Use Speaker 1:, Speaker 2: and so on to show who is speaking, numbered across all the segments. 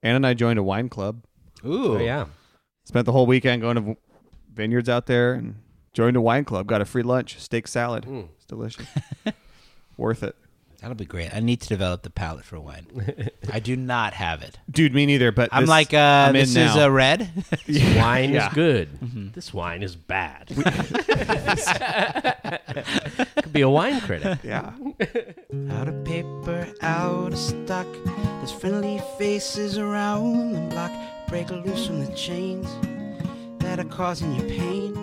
Speaker 1: Anna and I joined a wine club.
Speaker 2: Ooh, yeah.
Speaker 1: Spent the whole weekend going to v- vineyards out there and joined a wine club. Got a free lunch, steak salad. It's delicious. Worth it.
Speaker 3: That'll be great. I need to develop the palate for wine. I do not have it.
Speaker 1: Dude, me neither. But
Speaker 3: I'm
Speaker 1: this-
Speaker 3: like, uh,
Speaker 1: I'm in
Speaker 3: this is
Speaker 1: now.
Speaker 3: a red.
Speaker 2: Wine
Speaker 1: Yeah.
Speaker 2: is good. This wine is bad. Could be a wine critic.
Speaker 1: yeah.
Speaker 4: Out of paper, out of stock. There's friendly faces around the block. Break loose from the chains that are causing you pain.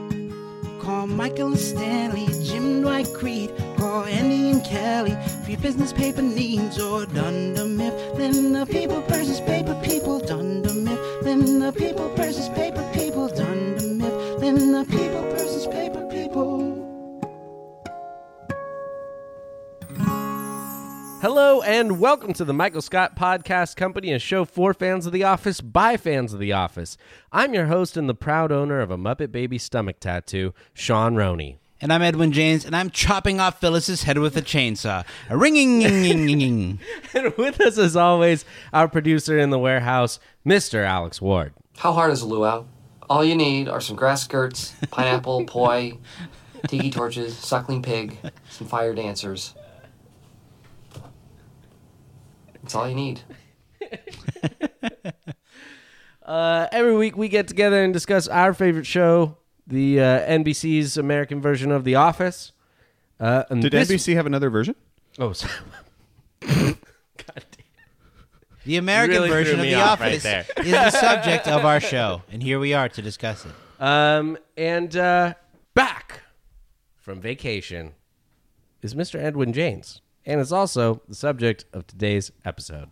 Speaker 4: Call Michael and Stanley, Jim Dwight Creed. Call Andy and Kelly for your business paper needs or Dunder Mifflin. The people versus paper people. Dunder Mifflin. The people versus paper people. Dunder Mifflin. The people versus paper people.
Speaker 2: Hello and welcome to the Michael Scott Podcast Company, a show for fans of The Office by fans of The Office. I'm your host and the proud owner of a Muppet Baby stomach tattoo, Sean Roney.
Speaker 3: And I'm Edwin James, and I'm chopping off Phyllis's head with a chainsaw. A ringing, ing, ing, ing.
Speaker 2: And with us, as always, our producer in the warehouse, Mr. Alex Ward.
Speaker 5: How hard is a luau? All you need are some grass skirts, pineapple, poi, tiki torches, suckling pig, some fire dancers. That's all you need.
Speaker 2: Uh, every week we get together and discuss our favorite show, the uh, NBC's American version of The Office. Uh, and
Speaker 1: Did
Speaker 2: this-
Speaker 1: NBC have another version?
Speaker 2: Oh, sorry.
Speaker 3: The American
Speaker 2: Really
Speaker 3: version
Speaker 2: threw
Speaker 3: of
Speaker 2: me
Speaker 3: The
Speaker 2: off right
Speaker 3: Office
Speaker 2: there.
Speaker 3: is the subject of our show, and here we are to discuss it.
Speaker 2: Um, and uh, back from vacation is Mr. Edwin James, and is also the subject of today's episode.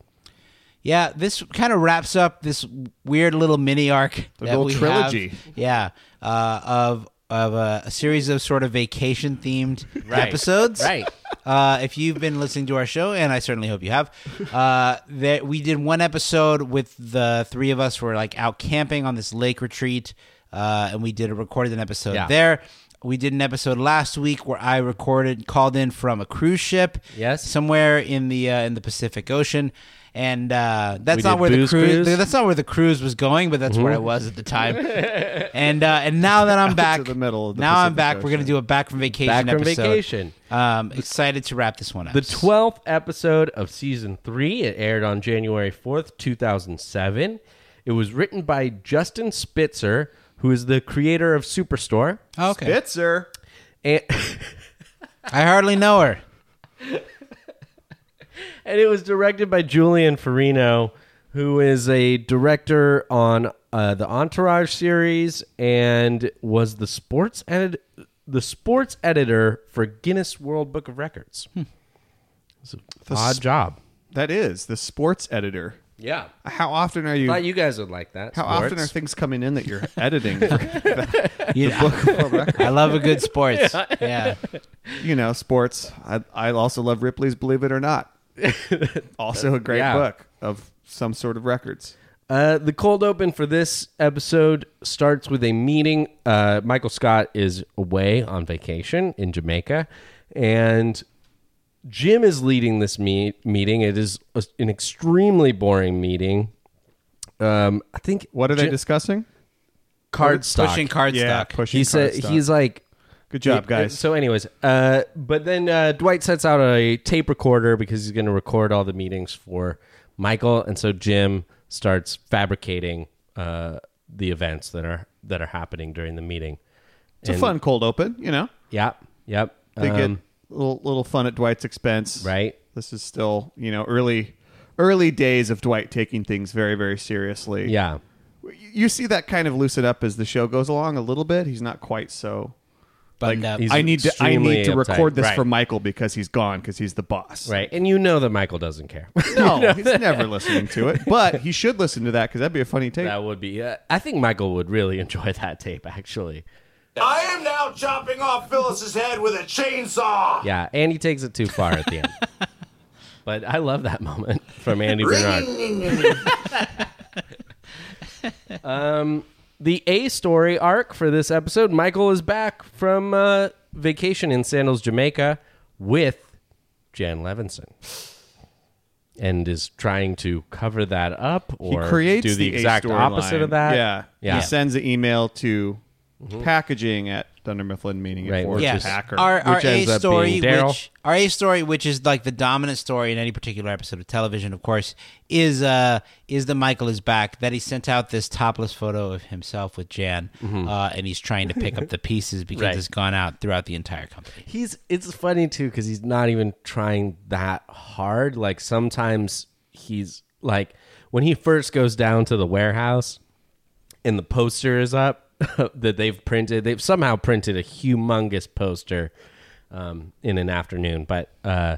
Speaker 3: Yeah, this kind of wraps up this weird little mini arc, the
Speaker 1: little trilogy.
Speaker 3: yeah, uh, of of a, a series of sort of vacation themed
Speaker 2: Right.
Speaker 3: episodes.
Speaker 2: Right.
Speaker 3: Uh, if you've been listening to our show, and I certainly hope you have, uh, that we did one episode with the three of us were like out camping on this lake retreat, uh, and we did recorded an episode
Speaker 2: Yeah.
Speaker 3: there. We did an episode last week where I recorded called in from a cruise ship,
Speaker 2: Yes.
Speaker 3: somewhere in the uh, in the Pacific Ocean, and uh, that's
Speaker 2: We
Speaker 3: not
Speaker 2: did
Speaker 3: where the
Speaker 2: booze
Speaker 3: cruise,
Speaker 2: cruise. Mm-hmm.
Speaker 3: That's not where the cruise was going, but that's where I was at the time. and uh, and now that I'm back,
Speaker 1: the middle of the
Speaker 3: now I'm
Speaker 1: Pacific
Speaker 3: back. We're
Speaker 1: Ocean.
Speaker 3: gonna do a back from vacation.
Speaker 2: Back from
Speaker 3: episode.
Speaker 2: vacation.
Speaker 3: Um, excited to wrap this one up.
Speaker 2: The 12th episode of season three. It aired on January 4th, 2007. It was written by Justin Spitzer, who is the creator of Superstore.
Speaker 3: Oh, okay.
Speaker 1: Bitzer.
Speaker 2: And,
Speaker 3: I hardly know her.
Speaker 2: and it was directed by Julian Farino, who is a director on uh, the Entourage series and was the sports edit- the sports editor for Guinness World Book of Records. It's an odd job.
Speaker 1: That is the sports editor.
Speaker 2: Yeah.
Speaker 1: How often are
Speaker 2: Thought
Speaker 1: you?
Speaker 2: you guys would like that.
Speaker 1: How
Speaker 2: sports.
Speaker 1: often are things coming in that you're editing? For,
Speaker 3: You I love a good sports. Yeah.
Speaker 1: you know, sports. I, I also love Ripley's Believe It or Not. Also a great
Speaker 2: Yeah.
Speaker 1: book of some sort of records.
Speaker 2: Uh, the cold open for this episode starts with a meeting. Uh, Michael Scott is away on vacation in Jamaica, and Jim is leading this meet- meeting. It is a- an extremely boring meeting. Um, I think
Speaker 1: What are they
Speaker 2: Jim-
Speaker 1: discussing?
Speaker 2: card stock.
Speaker 3: Pushing card stock.
Speaker 1: pushing.
Speaker 2: He said
Speaker 1: cardstock.
Speaker 2: he's like
Speaker 1: Good job, guys.
Speaker 2: so, anyways, uh, but then uh, Dwight sets out a tape recorder because he's going to record all the meetings for Michael, and so Jim starts fabricating uh, the events that are that are happening during the meeting.
Speaker 1: It's a fun cold open, you know.
Speaker 2: Yep. Yep.
Speaker 1: They get
Speaker 2: Um,
Speaker 1: little little fun at Dwight's expense,
Speaker 2: right.
Speaker 1: This is still you know early early days of Dwight taking things very very seriously.
Speaker 2: Yeah.
Speaker 1: Y- you see that kind of loosen up as the show goes along a little bit. He's not quite so.
Speaker 3: Buttoned up.
Speaker 2: he's-
Speaker 1: I need to I need to
Speaker 2: extremely
Speaker 1: record
Speaker 2: uptight.
Speaker 1: this
Speaker 2: Right.
Speaker 1: for Michael because he's gone because he's the boss.
Speaker 2: Right. And you know that Michael doesn't care.
Speaker 1: No, he's never listening to it, but he should listen to that because that'd be a funny take.
Speaker 2: that would be. Uh, I think Michael would really enjoy that tape. Actually.
Speaker 6: I am now chopping off Phyllis's head with a chainsaw.
Speaker 2: Yeah, Andy takes it too far at the end. but I love that moment from Andy Bernard. The A story arc for this episode Michael is back from uh, vacation in Sandals, Jamaica with Jan Levinson. And is trying to cover that up
Speaker 1: he
Speaker 2: or
Speaker 1: creates
Speaker 2: do the,
Speaker 1: A
Speaker 2: exact
Speaker 1: storyline.
Speaker 2: opposite of that.
Speaker 1: Yeah.
Speaker 2: Yeah. Mm-hmm.
Speaker 1: He sends an email to packaging at Thunder Mifflin meeting
Speaker 2: Right,
Speaker 1: it for
Speaker 2: which
Speaker 3: Yes.
Speaker 1: Packer.
Speaker 3: Our, our
Speaker 2: which
Speaker 3: A
Speaker 2: ends up
Speaker 3: story,
Speaker 2: being Daryl.
Speaker 3: which our A story, which is like the dominant story in any particular episode of television, of course, is uh is the Michael is back that he sent out this topless photo of himself with Jan, uh, and he's trying to pick up the pieces because
Speaker 2: Mm-hmm. Right.
Speaker 3: it's gone out throughout the entire company.
Speaker 2: he's it's funny too because he's not even trying that hard like sometimes he's like when he first goes down to the warehouse and the poster is up that they've printed they've somehow printed a humongous poster um, in an afternoon but uh,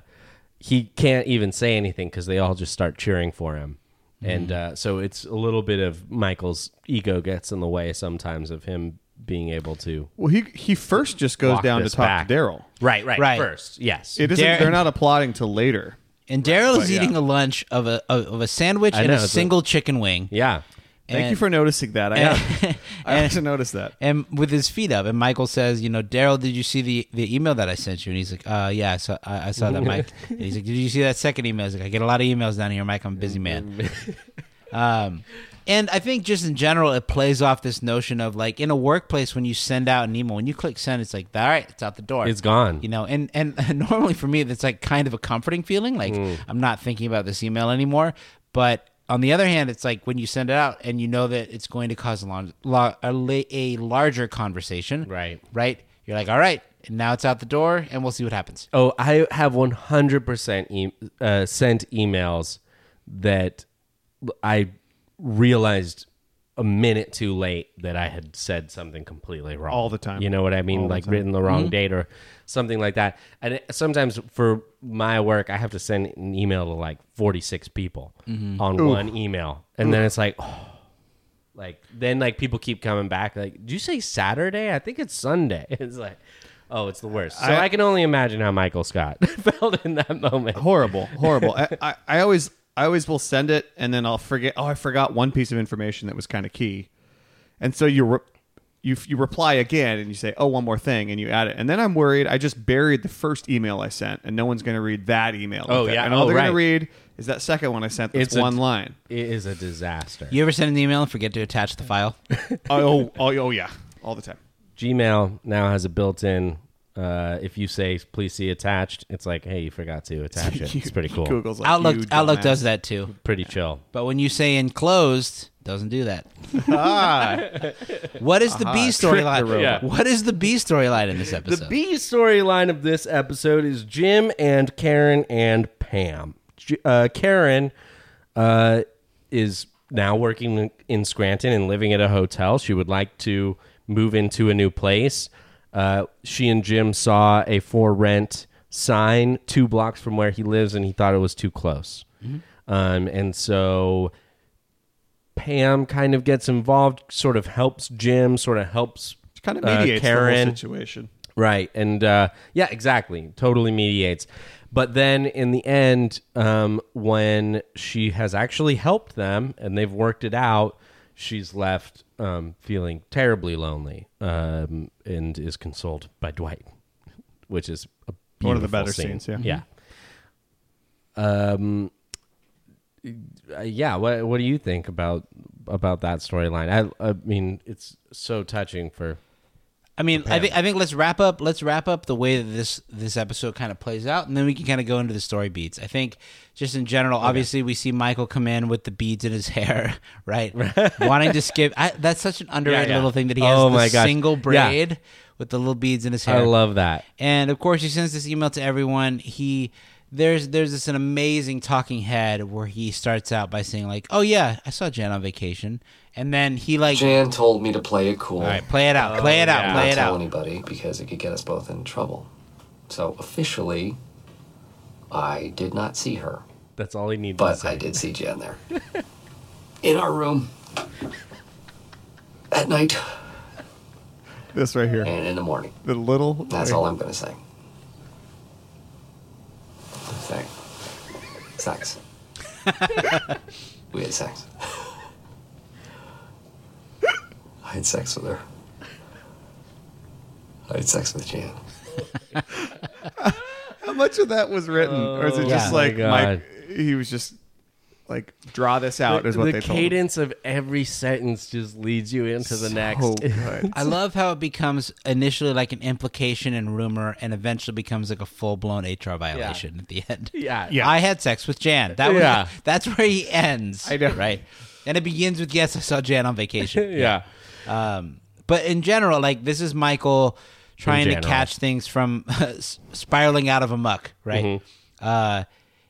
Speaker 2: he can't even say anything because they all just start cheering for him and uh, so it's a little bit of michael's ego gets in the way sometimes of him being able to
Speaker 1: well, he he first just goes
Speaker 2: walk
Speaker 1: down to
Speaker 2: this
Speaker 1: talk
Speaker 2: back.
Speaker 1: to Daryl.
Speaker 2: right right
Speaker 3: Right.
Speaker 2: first yes
Speaker 1: It isn't.
Speaker 3: Dar-
Speaker 1: they're not applauding till later.
Speaker 3: And Daryl is
Speaker 1: But, yeah.
Speaker 3: eating a lunch of a of, of a sandwich
Speaker 2: I
Speaker 3: and
Speaker 2: know,
Speaker 3: a
Speaker 2: it's a-
Speaker 3: single chicken wing.
Speaker 2: yeah
Speaker 1: Thank you
Speaker 3: And-
Speaker 1: for noticing that. I,
Speaker 3: and-
Speaker 1: I also noticed that.
Speaker 3: and with his feet up. And Michael says, "You know, Daryl, did you see the, the email that I sent you?" And he's like, "Uh, yeah, I saw, I, I saw that, Mike." And he's like, "Did you see that second email?" He's like, "I get a lot of emails down here, Mike. I'm a busy man." um, and I think just in general, it plays off this notion of like in a workplace when you send out an email, when you click send, it's like, "All right, it's out the door,
Speaker 2: It's gone.
Speaker 3: You know, and and normally for me, that's like kind of a comforting feeling, like I'm not thinking about this email anymore, but. On the other hand, it's like when you send it out and you know that it's going to cause a, long, lo- a, la- a larger conversation,
Speaker 2: Right.
Speaker 3: Right? You're like, all right, and now it's out the door, and we'll see what happens.
Speaker 2: Oh, I have 100% e- uh, sent emails that I realized a minute too late that I had said something completely wrong.
Speaker 1: All the time.
Speaker 2: You know what I mean? like written the wrong date or something like that. And it- sometimes for my work, I have to send an email to like 46 people on one email. And then it's like, oh, like then like people keep coming back like did you say saturday i think it's sunday it's like oh it's the worst so i, can only imagine how michael scott felt in that moment
Speaker 1: horrible horrible I, I, I always i always will send it and then i'll forget oh i forgot one piece of information that was kind of key and so you re- you you reply again and you say oh one more thing and you add it and then i'm worried i just buried the first email i sent and no one's going to read that email
Speaker 2: Oh,
Speaker 1: with it.
Speaker 2: yeah.
Speaker 1: and all
Speaker 2: Oh,
Speaker 1: they're
Speaker 2: right.
Speaker 1: going to read is that second one i sent that's
Speaker 2: a-
Speaker 1: one line
Speaker 2: it is a disaster
Speaker 3: You ever send an email and forget to attach the file?
Speaker 1: oh, oh oh yeah all the time
Speaker 2: gmail now has a built-in uh, if you say please see attached it's like hey you forgot to attach it it's pretty cool
Speaker 1: google's like,
Speaker 3: Outlook
Speaker 1: "You
Speaker 3: Outlook
Speaker 1: dumbass."
Speaker 3: does that too,
Speaker 2: pretty chill
Speaker 3: but when you say enclosed, doesn't do that. what is the B storyline?
Speaker 2: robot.
Speaker 3: What is the B storyline in this episode?
Speaker 2: The B storyline of this episode is Jim and Karen and Pam. J- Uh, Karen uh, is now working in Scranton and living at a hotel. She would like to move into a new place. Uh, she and Jim saw a for rent sign two blocks from where he lives, and he thought it was too close.
Speaker 1: Mm-hmm.
Speaker 2: Um, and so Pam kind of gets involved, sort of helps Jim, sort of helps
Speaker 1: kind of
Speaker 2: uh,
Speaker 1: mediates the
Speaker 2: Karen.
Speaker 1: whole situation
Speaker 2: Right. And uh, yeah, exactly. Totally mediates. But then in the end, um, when she has actually helped them and they've worked it out, she's left um, feeling terribly lonely um, and is consoled by Dwight, which is a beautiful
Speaker 1: One of the better
Speaker 2: scene.
Speaker 1: scenes, yeah.
Speaker 2: Yeah. Uh, yeah. What What do you think about about that storyline? I I mean, it's so touching for
Speaker 3: I mean, I think I think let's wrap up. Let's wrap up the way that this this episode kind of plays out, and then we can kind of go into the story beats. I think just in general, obviously we see Michael come in with the beads in his hair, right? Wanting to skip. I, that's such an underrated
Speaker 2: yeah.
Speaker 3: little thing that he has
Speaker 2: Oh
Speaker 3: the
Speaker 2: my gosh.
Speaker 3: single
Speaker 2: Yeah.
Speaker 3: braid with the little beads in his hair.
Speaker 2: I love that.
Speaker 3: And of course, he sends this email to everyone. He there's there's this an amazing talking head where he starts out by saying like, "Oh yeah, I saw Jan on vacation," and then he like,
Speaker 5: Jan told me to play it cool.
Speaker 3: "All right, play it out,
Speaker 2: Oh,
Speaker 3: play it out, play
Speaker 5: not
Speaker 3: it
Speaker 5: tell
Speaker 3: out."
Speaker 5: anybody because it could get us both in trouble. So officially, I did not see her,
Speaker 2: That's all he needs. to
Speaker 5: but
Speaker 2: say.
Speaker 5: I did see Jan there in our room at night
Speaker 1: This right here,
Speaker 5: and in the morning.
Speaker 1: the little.
Speaker 5: That's all I'm gonna say. Sex. Sex. we had sex. I had sex with her. I had sex with Jan.
Speaker 1: How much of that was written, or is it
Speaker 3: Oh
Speaker 1: just
Speaker 3: my
Speaker 1: like Mike?
Speaker 2: God.
Speaker 1: He was just like draw this out is what
Speaker 2: the
Speaker 1: they told him.
Speaker 2: cadence of every sentence just leads you into the next.
Speaker 1: So good.
Speaker 3: I love how it becomes initially like an implication and rumor, and eventually becomes like a full blown HR violation at the end.
Speaker 2: Yeah.
Speaker 3: I had sex with Jan. That was,
Speaker 2: Yeah.
Speaker 3: that's where he ends.
Speaker 1: I know.
Speaker 3: right? And it begins with yes, I saw Jan on vacation.
Speaker 2: yeah.
Speaker 3: Um, but in general, like this is Michael trying to
Speaker 2: general.
Speaker 3: catch things from s- spiraling out of a muck, right?
Speaker 2: Mm-hmm.
Speaker 3: Uh,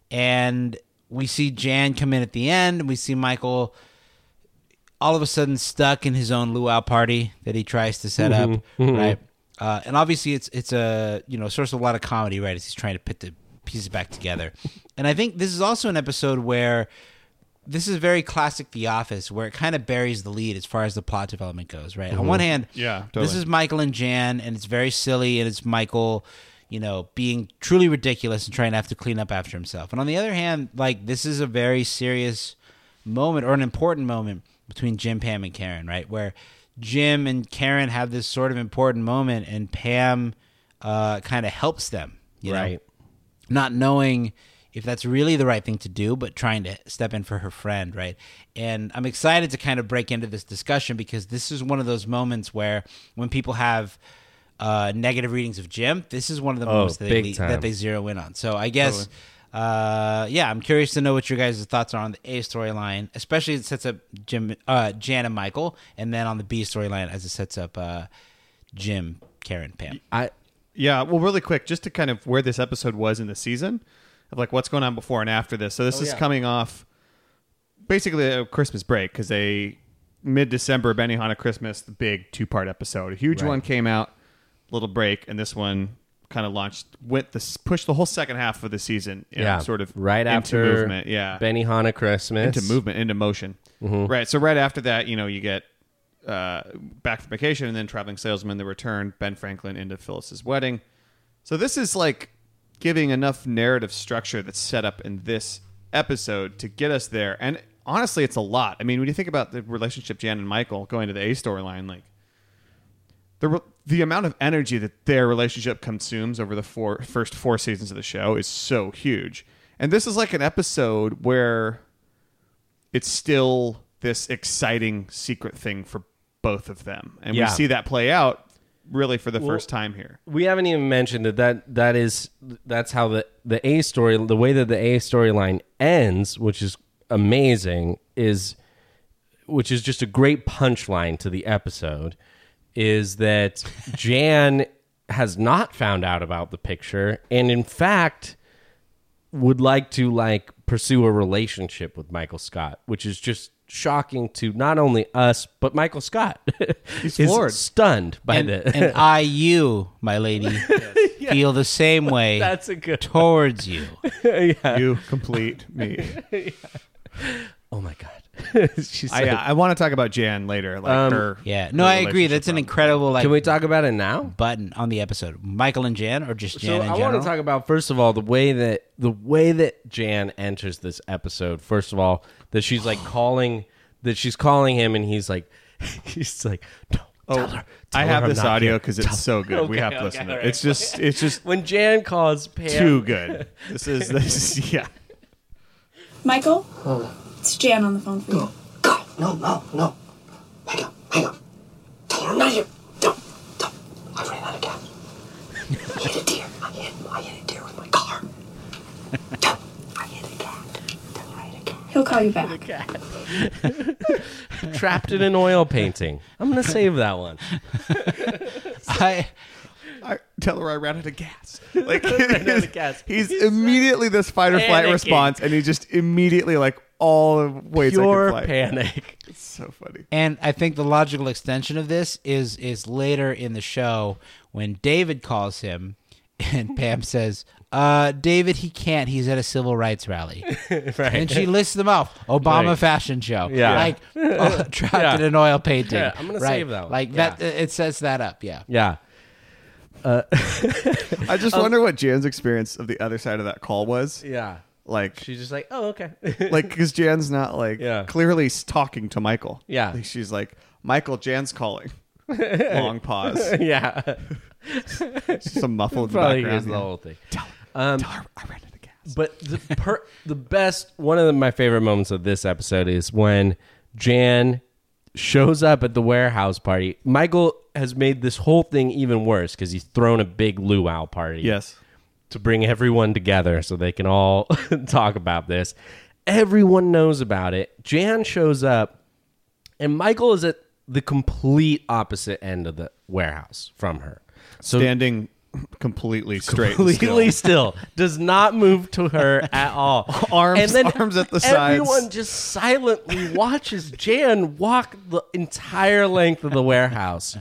Speaker 3: and we see Jan come in at the end. We see Michael all of a sudden stuck in his own luau party that he tries to set up,
Speaker 1: Mm-hmm.
Speaker 3: right? Uh, and obviously, it's it's a you know source of a lot of comedy, right? As he's trying to put the pieces back together. and I think this is also an episode where this is very classic The Office, where it kind of buries the lead as far as the plot development goes, right? On one hand,
Speaker 1: Mm-hmm. Yeah,
Speaker 3: this
Speaker 1: totally.
Speaker 3: is Michael and Jan, and it's very silly, and it's Michael, you know, being truly ridiculous and trying to have to clean up after himself. And on the other hand, like this is a very serious moment or an important moment between Jim, Pam, and Karen, right? Where Jim and Karen have this sort of important moment, and Pam uh, kind of helps them, you know?
Speaker 2: Right.
Speaker 3: not knowing if that's really the right thing to do, but trying to step in for her friend, right? And I'm excited to kind of break into this discussion because this is one of those moments where when people have uh, negative readings of Jim, this is one of the moments that they,
Speaker 2: Oh, big
Speaker 3: lead-
Speaker 2: time.
Speaker 3: that they zero in on. So I guess, uh, yeah, I'm curious to know what your guys' thoughts are on the A storyline, especially as it sets up Jim, uh, Jan and Michael, and then on the B storyline as it sets up uh, Jim, Karen, Pam.
Speaker 2: I
Speaker 1: Yeah, well, really quick, just to kind of where this episode was in the season of like what's going on before and after this. So this is coming off basically a Christmas break because they mid December Benihana Christmas, the big two part episode, a huge one came out, little break, and this one kind of launched went this pushed the whole second half of the season, you know,
Speaker 2: yeah,
Speaker 1: sort of
Speaker 2: right
Speaker 1: into
Speaker 2: after
Speaker 1: movement, yeah,
Speaker 2: Benihana Christmas
Speaker 1: into movement, into motion, right. So right after that, you know, you get. Uh, back from vacation and then traveling salesman, the return, Ben Franklin into Phyllis's wedding. So this is like giving enough narrative structure that's set up in this episode to get us there. And honestly, it's a lot. I mean, when you think about the relationship Jan and Michael going to the A storyline, like the re- the amount of energy that their relationship consumes over the four first four seasons of the show is so huge. And this is like an episode where it's still this exciting secret thing for both of them. And
Speaker 2: Yeah.
Speaker 1: we see that play out really for the first time here.
Speaker 2: we haven't even mentioned that that that is that's how the the A story the way that the A storyline ends, which is amazing, is which is just a great punchline to the episode is that Jan has not found out about the picture and in fact would like to like pursue a relationship with Michael Scott, which is just shocking to not only us but Michael Scott. He's
Speaker 1: floored.
Speaker 2: stunned by
Speaker 3: and,
Speaker 2: this.
Speaker 3: and I, you, my lady, feel the same way
Speaker 2: That's a good
Speaker 3: towards you.
Speaker 1: You complete me.
Speaker 2: Oh my god. uh, She's
Speaker 1: I, uh, I want to talk about Jan later, like her.
Speaker 3: Yeah, no,
Speaker 1: her
Speaker 3: I agree. That's an
Speaker 1: relationship
Speaker 3: incredible like
Speaker 2: Can we talk about it now?
Speaker 3: button on the episode. Michael and Jan, or just Jan
Speaker 2: so
Speaker 3: in
Speaker 2: I
Speaker 3: general.
Speaker 2: want to talk about first of all the way that the way that Jan enters this episode. First of all, that she's like calling that she's calling him and he's like he's like no. tell her, tell
Speaker 1: Oh, I
Speaker 2: her
Speaker 1: have
Speaker 2: I'm
Speaker 1: this
Speaker 2: not
Speaker 1: audio
Speaker 2: here.
Speaker 1: because it's so good. we
Speaker 2: Okay,
Speaker 1: have to
Speaker 2: okay,
Speaker 1: listen to
Speaker 2: all
Speaker 1: it.
Speaker 2: right.
Speaker 1: It's just, it's just
Speaker 2: when Jan calls Pam.
Speaker 1: too good. This is this. Is, yeah.
Speaker 7: Michael? It's Jan on the phone for you.
Speaker 5: God, no, no, no. Hang up, hang up. Tell her I'm not here. Don't, don't,
Speaker 7: He'll call you back.
Speaker 2: Trapped in an oil painting. I'm gonna save that one.
Speaker 3: I
Speaker 1: I tell her I ran out of gas. Like
Speaker 2: out of gas.
Speaker 1: he's immediately this fight or flight
Speaker 2: panicking.
Speaker 1: response, and he just immediately like all the ways I
Speaker 2: Pure
Speaker 1: can fly.
Speaker 2: panic.
Speaker 1: It's so funny.
Speaker 3: and I think the logical extension of this is is later in the show when David calls him and Pam says, uh, David, he can't. He's at a civil rights rally. And she lists them off. Obama
Speaker 2: Right.
Speaker 3: fashion show.
Speaker 2: Yeah.
Speaker 3: Like oh, trapped
Speaker 2: Yeah.
Speaker 3: in an oil painting.
Speaker 2: Yeah, I'm gonna
Speaker 3: Right.
Speaker 2: save that one.
Speaker 3: Like
Speaker 2: Yeah.
Speaker 3: that it sets that up, yeah.
Speaker 2: Yeah.
Speaker 1: I just wonder what Jan's experience of the other side of that call was.
Speaker 2: Um, Yeah.
Speaker 1: Like
Speaker 2: She's just like, oh, okay.
Speaker 1: like because Jan's not like
Speaker 2: Yeah.
Speaker 1: clearly s- talking to Michael.
Speaker 2: Yeah.
Speaker 1: Like, she's like Michael. Jan's calling. Long pause.
Speaker 2: yeah.
Speaker 1: Some muffled in the
Speaker 2: Probably
Speaker 1: background.
Speaker 2: is the whole thing.
Speaker 1: Tell her I ran out of gas.
Speaker 2: But the per- the best one of the, my favorite moments of this episode is when Jan shows up at the warehouse party. Michael has made this whole thing even worse because he's thrown a big luau party.
Speaker 1: Yes.
Speaker 2: to bring everyone together so they can all talk about this. Everyone knows about it. Jan shows up, and Michael is at the complete opposite end of the warehouse from her. So
Speaker 1: Standing completely straight. and
Speaker 2: completely
Speaker 1: still.
Speaker 2: still. does not move to her at all.
Speaker 1: Arms- arms at the sides.
Speaker 2: Everyone just silently watches Jan walk the entire length of the warehouse.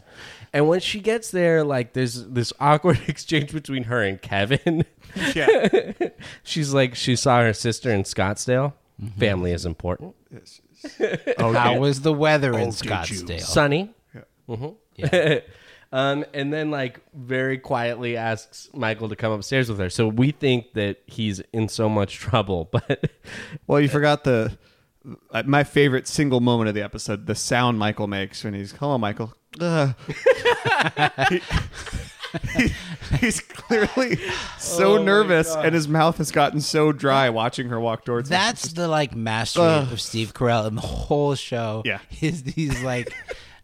Speaker 2: And when she gets there, like there's this awkward exchange between her and Kevin.
Speaker 1: Yeah.
Speaker 2: She's like she saw her sister in Scottsdale.
Speaker 1: Mm-hmm.
Speaker 2: Family is important.
Speaker 3: How was the weather in
Speaker 6: you?
Speaker 3: Scottsdale?
Speaker 2: Sunny. Mm-hmm. um, and then like very quietly asks Michael to come upstairs with her. So we think that he's in so much trouble, but
Speaker 1: Well, you forgot the uh, my favorite single moment of the episode, the sound Michael makes when he's hello Michael. Ugh." He- he- he's clearly
Speaker 3: Oh
Speaker 1: so nervous and his mouth has gotten so dry watching her walk towards him.
Speaker 3: That's the like mastery of Steve Carell in the whole show.
Speaker 1: Yeah.
Speaker 3: Is these like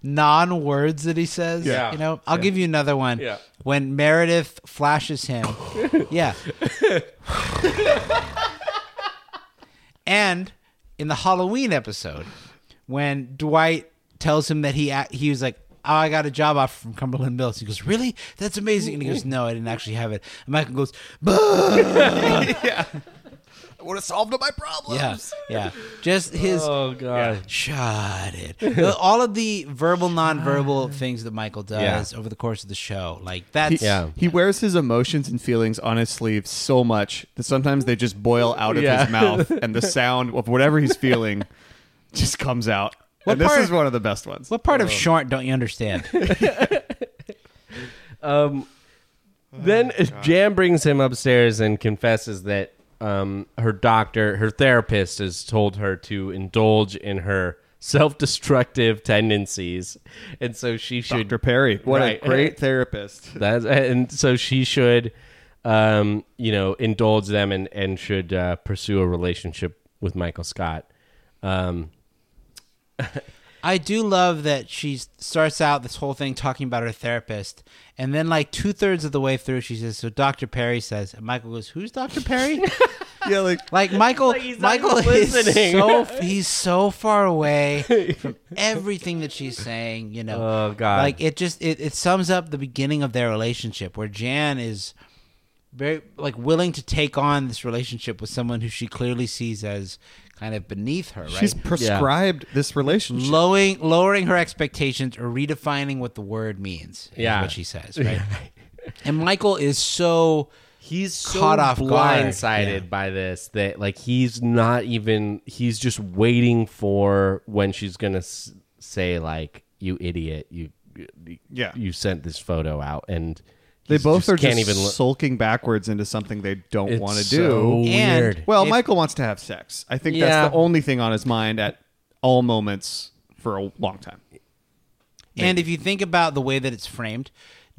Speaker 3: non words that he says.
Speaker 2: Yeah.
Speaker 3: You know? I'll give you another one.
Speaker 2: Yeah.
Speaker 3: When Meredith flashes him. yeah. and in the Halloween episode, when Dwight tells him that he a- he was like, "Oh, I got a job offer from Cumberland Mills," he goes, "Really? That's amazing!" And he goes, "No, I didn't actually have it." And Michael goes, "Bah!"
Speaker 1: I would have solved all my problems.
Speaker 3: Yeah, yeah. Just his
Speaker 2: oh god,
Speaker 3: shot it. All of the verbal, nonverbal things that Michael does over the course of the show, like that's
Speaker 1: He, he wears his emotions and feelings on his sleeve so much that sometimes they just boil out of
Speaker 2: Yeah.
Speaker 1: his mouth and the sound of whatever he's feeling just comes out. and
Speaker 3: part-
Speaker 1: this is one of the best ones.
Speaker 3: what part of Short don't you understand?
Speaker 2: then Jan brings him upstairs and confesses that um, her doctor, her therapist, has told her to indulge in her self-destructive tendencies, and so she should
Speaker 1: Dr. Perry, what
Speaker 2: Right.
Speaker 1: a great therapist.
Speaker 2: That's and so she should, um, you know, indulge them and and should uh, pursue a relationship with Michael Scott. Um,
Speaker 3: I do love that she starts out this whole thing talking about her therapist, and then like two thirds of the way through, she says, "So Dr. Perry says," and Michael goes, "Who's Dr. Perry?"
Speaker 1: Yeah, like
Speaker 3: Like Michael,
Speaker 2: he's not
Speaker 3: Michael
Speaker 2: even
Speaker 3: is
Speaker 2: listening.
Speaker 3: so he's so far away from everything that she's saying. You know,
Speaker 2: Oh, God.
Speaker 3: Like it just it, it sums up the beginning of their relationship, where Jan is very like willing to take on this relationship with someone who she clearly sees as kind of beneath her. Right?
Speaker 1: she's prescribed this relationship.
Speaker 3: lowering lowering her expectations or redefining what the word means. is
Speaker 2: Yeah.
Speaker 3: what she says. Right, and Michael is so.
Speaker 2: he's so
Speaker 3: Caught off guard.
Speaker 2: blindsided
Speaker 3: Yeah.
Speaker 2: by this that like he's not even he's just waiting for when she's gonna s- say like you idiot you
Speaker 1: Yeah.
Speaker 2: you sent this photo out and
Speaker 1: They
Speaker 2: he's
Speaker 1: both are just
Speaker 2: look-
Speaker 1: sulking backwards into something they don't
Speaker 2: It's
Speaker 1: want to
Speaker 2: so
Speaker 1: do.
Speaker 3: And-
Speaker 2: weird.
Speaker 1: Well, Michael wants to have sex. I think
Speaker 2: Yeah.
Speaker 1: that's the only thing on his mind at all moments for a long time.
Speaker 3: And if you think about the way that it's framed,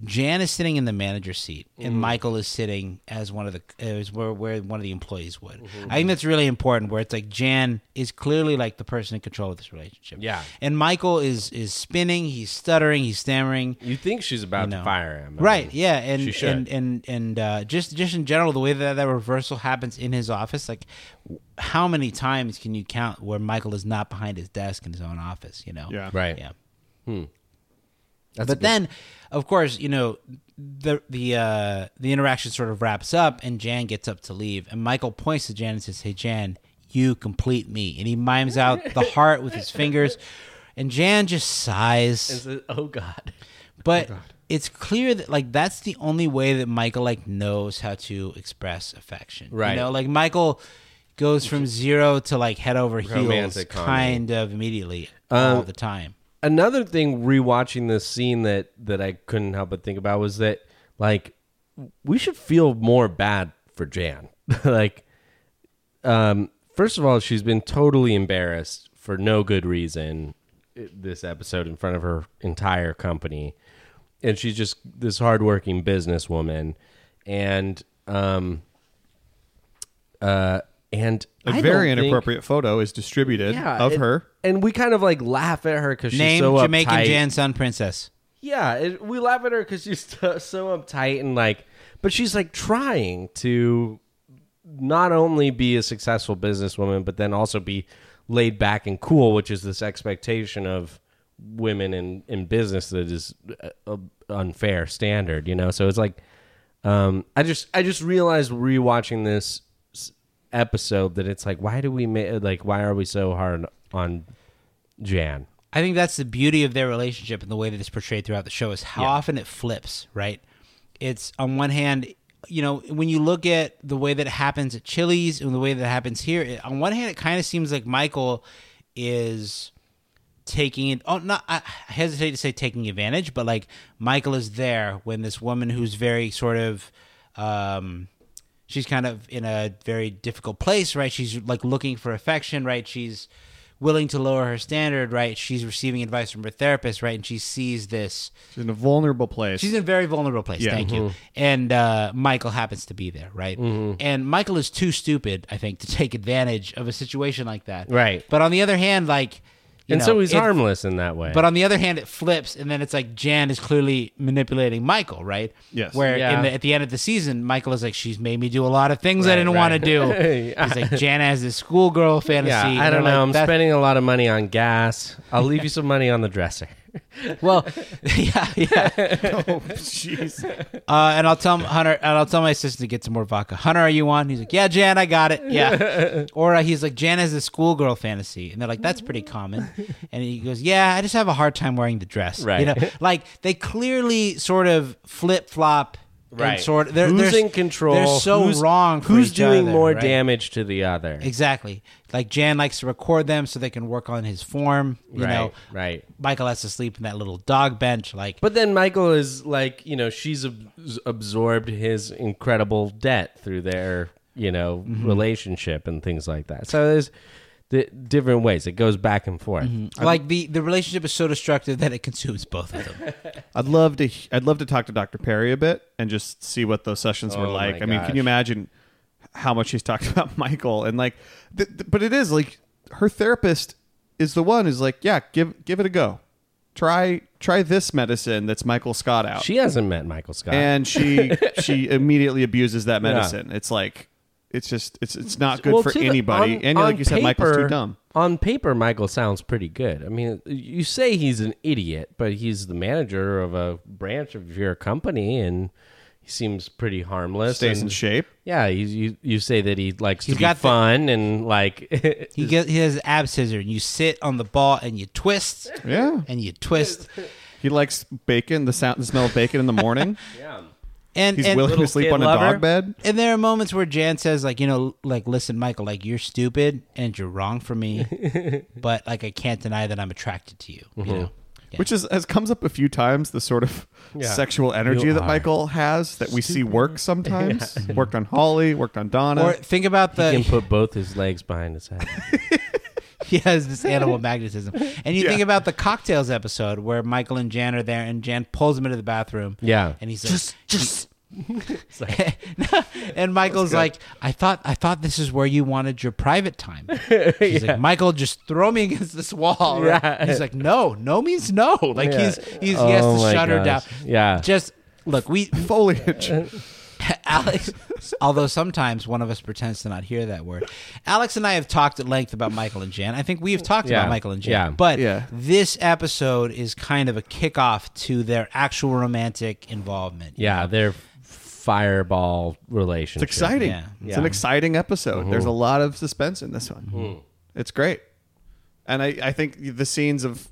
Speaker 3: Jan is sitting in the manager seat, and
Speaker 2: Mm-hmm.
Speaker 3: Michael is sitting as one of the as where where one of the employees would.
Speaker 2: Mm-hmm.
Speaker 3: I think that's really important. Where it's like Jan is clearly like the person in control of this relationship.
Speaker 2: Yeah.
Speaker 3: and Michael is is spinning. He's stuttering. He's stammering.
Speaker 2: You think she's about
Speaker 3: No.
Speaker 2: to fire him, I
Speaker 3: Right.
Speaker 2: mean,
Speaker 3: yeah. And
Speaker 2: she should.
Speaker 3: and and and uh, just just in general, the way that that reversal happens in his office, like w- how many times can you count where Michael is not behind his desk in his own office? You know.
Speaker 1: Yeah.
Speaker 2: right.
Speaker 3: Yeah.
Speaker 2: Hmm.
Speaker 3: but then, of course, you know the the uh, the interaction sort of wraps up, and Jan gets up to leave, and Michael points to Jan and says, "Hey, Jan, you complete me," and he mimes out the heart with his fingers, and Jan just sighs.
Speaker 2: It's a- oh God.
Speaker 3: But it's clear that like that's the only way that Michael like knows how to express affection.
Speaker 2: Right.
Speaker 3: You know, like Michael goes from zero to like head over heels
Speaker 2: Romantic comedy.
Speaker 3: kind of immediately
Speaker 2: Um,
Speaker 3: all the time.
Speaker 2: Another thing, rewatching this scene that that I couldn't help but think about was that like we should feel more bad for Jan. like, um, first of all, she's been totally embarrassed for no good reason i- this episode in front of her entire company, and she's just this hardworking businesswoman, and um, uh, and
Speaker 1: A
Speaker 2: I
Speaker 1: very
Speaker 2: don't think-
Speaker 1: inappropriate photo is distributed
Speaker 2: yeah,
Speaker 1: of
Speaker 2: it-
Speaker 1: her.
Speaker 2: and we kind of like laugh at her because she's
Speaker 3: Name
Speaker 2: so
Speaker 3: Jamaican
Speaker 2: uptight.
Speaker 3: Jan Sun Princess.
Speaker 2: Yeah, it, we laugh at her because she's so, so uptight and like, but she's like trying to not only be a successful businesswoman, but then also be laid back and cool, which is this expectation of women in, in business that is a, a unfair standard, you know? So it's like, um, I just, I just realized rewatching this s- episode that it's like, why do we make, like, why are we so hard on Jan?
Speaker 3: I think that's the beauty of their relationship and the way that it's portrayed throughout the show is how often it flips, right? It's on one hand, you know, when you look at the way that it happens at Chili's and the way that it happens here, it, on one hand, it kind of seems like Michael is taking it. Oh, not I I hesitate to say taking advantage, but like Michael is there when this woman who's very sort of, um, she's kind of in a very difficult place, right? She's like looking for affection, right? She's willing to lower her standard, right? She's receiving advice from her therapist, right? And she sees this.
Speaker 1: She's in a vulnerable place.
Speaker 3: She's in a very vulnerable place.
Speaker 1: Yeah.
Speaker 3: Thank
Speaker 2: Mm-hmm.
Speaker 3: you. And uh, Michael happens to be there, right? And Michael is too stupid, I think, to take advantage of a situation like that,
Speaker 2: Right.
Speaker 3: But on the other hand, like, you
Speaker 2: And
Speaker 3: know,
Speaker 2: so he's
Speaker 3: it-
Speaker 2: harmless in that way.
Speaker 3: But on the other hand, it flips, and then it's like Jan is clearly manipulating Michael, right?
Speaker 1: Yes.
Speaker 3: Where in
Speaker 2: Yeah.
Speaker 3: the, at the end of the season, Michael is like, she's made me do a lot of things I
Speaker 2: Right,
Speaker 3: didn't
Speaker 2: right.
Speaker 3: want to do. he's like, Jan has this schoolgirl fantasy. and
Speaker 2: Yeah, I don't
Speaker 3: they're
Speaker 2: know.
Speaker 3: like,
Speaker 2: I'm
Speaker 3: "That's-
Speaker 2: spending a lot of money on gas. I'll leave you some money on the dresser.
Speaker 3: Well, yeah, yeah.
Speaker 2: Oh,
Speaker 1: Jeez.
Speaker 3: Uh, and I'll tell him, Hunter, and I'll tell my assistant to get some more vodka. Hunter, are you on? He's like, yeah, Jan, I got it. Yeah. or uh, he's like, Jan has a schoolgirl fantasy, and they're like, that's pretty common. And he goes, yeah, I just have a hard time wearing the dress. You
Speaker 2: Right.
Speaker 3: know, like they clearly sort of flip flop.
Speaker 2: Right.
Speaker 3: Sort they're,
Speaker 2: who's
Speaker 3: they're,
Speaker 2: in control?
Speaker 3: They're so
Speaker 2: who's,
Speaker 3: wrong. For
Speaker 2: who's
Speaker 3: each
Speaker 2: doing
Speaker 3: other,
Speaker 2: more
Speaker 3: right?
Speaker 2: damage to the other?
Speaker 3: Exactly. Like Jan likes to record them so they can work on his form. You
Speaker 2: right.
Speaker 3: know.
Speaker 2: Right.
Speaker 3: Michael has to sleep in that little dog bench. Like.
Speaker 2: But then Michael is like, you know, she's ab- absorbed his incredible debt through their, you know,
Speaker 3: Mm-hmm.
Speaker 2: relationship and things like that. So there's the different ways it goes back and forth.
Speaker 3: like the, the relationship is so destructive that it consumes both of them.
Speaker 1: I'd love to. I'd love to talk to Dr. Perry a bit and just see what those sessions were
Speaker 2: Oh,
Speaker 1: like.
Speaker 2: my
Speaker 1: I mean, can
Speaker 2: gosh.
Speaker 1: you imagine how much he's talked about Michael and like? Th- th- but it is like her therapist is the one who's like, yeah, give give it a go. Try try this medicine that's Michael Scott out,
Speaker 2: She hasn't met Michael Scott.
Speaker 1: and she she immediately abuses that medicine. It's like it's just it's it's not good
Speaker 2: Well,
Speaker 1: for
Speaker 2: too,
Speaker 1: anybody.
Speaker 2: on-
Speaker 1: and
Speaker 2: on
Speaker 1: like you said, Michael's too
Speaker 2: paper-
Speaker 1: dumb.
Speaker 2: On paper, Michael sounds pretty good. I mean, you say he's an idiot, but he's the manager of a branch of your company, and he seems pretty harmless.
Speaker 1: Stays in
Speaker 2: and-
Speaker 1: shape.
Speaker 2: Yeah, you, you you say that he likes
Speaker 3: He's
Speaker 2: to
Speaker 3: got
Speaker 2: be
Speaker 3: the-
Speaker 2: fun and like
Speaker 3: He gets he has an ab scissor, and you sit on the ball and you twist
Speaker 1: Yeah,
Speaker 3: and you twist.
Speaker 1: he likes bacon. The sound, the smell of bacon in the morning.
Speaker 3: And
Speaker 1: He's
Speaker 3: and,
Speaker 1: willing to sleep
Speaker 2: kid
Speaker 1: on a
Speaker 2: lover.
Speaker 1: dog bed.
Speaker 3: and there are moments where Jan says, like, you know, like, listen, Michael, like you're stupid and you're wrong for me, but like I can't deny that I'm attracted to you.
Speaker 2: Mm-hmm.
Speaker 3: You know,
Speaker 1: which is has comes up a few times the sort of sexual energy
Speaker 2: You
Speaker 1: that
Speaker 2: are
Speaker 1: michael has that we see work sometimes worked on holly worked on donna
Speaker 3: or think about
Speaker 2: he
Speaker 3: the
Speaker 2: can put both his legs behind his head.
Speaker 3: he has this animal magnetism. And you think about the cocktails episode where Michael and Jan are there, and Jan pulls him into the bathroom.
Speaker 2: Yeah.
Speaker 3: and he's like, just, just. and Michael's like, I thought, I thought this is where you wanted your private time. He's like, Michael, just throw me against this wall.
Speaker 2: Yeah.
Speaker 3: He's like, no, no means no. Like
Speaker 2: Yeah.
Speaker 3: he's, he's, he has
Speaker 2: Oh
Speaker 3: to
Speaker 2: my
Speaker 3: shut her down.
Speaker 2: gosh. Yeah.
Speaker 3: Just look, we,
Speaker 1: Foliage.
Speaker 3: Alex, although sometimes one of us pretends to not hear that word. Alex and I have talked at length about Michael and Jan. I think we have talked
Speaker 2: Yeah.
Speaker 3: about Michael and Jan.
Speaker 2: Yeah.
Speaker 3: But
Speaker 1: Yeah.
Speaker 3: this episode is kind of a kickoff to their actual romantic involvement.
Speaker 2: Yeah, their fireball relationship.
Speaker 1: It's exciting.
Speaker 3: Yeah.
Speaker 1: It's an
Speaker 3: Yeah.
Speaker 1: exciting episode.
Speaker 2: Mm-hmm.
Speaker 1: There's a lot of suspense in this one. It's great. And I, I think the scenes of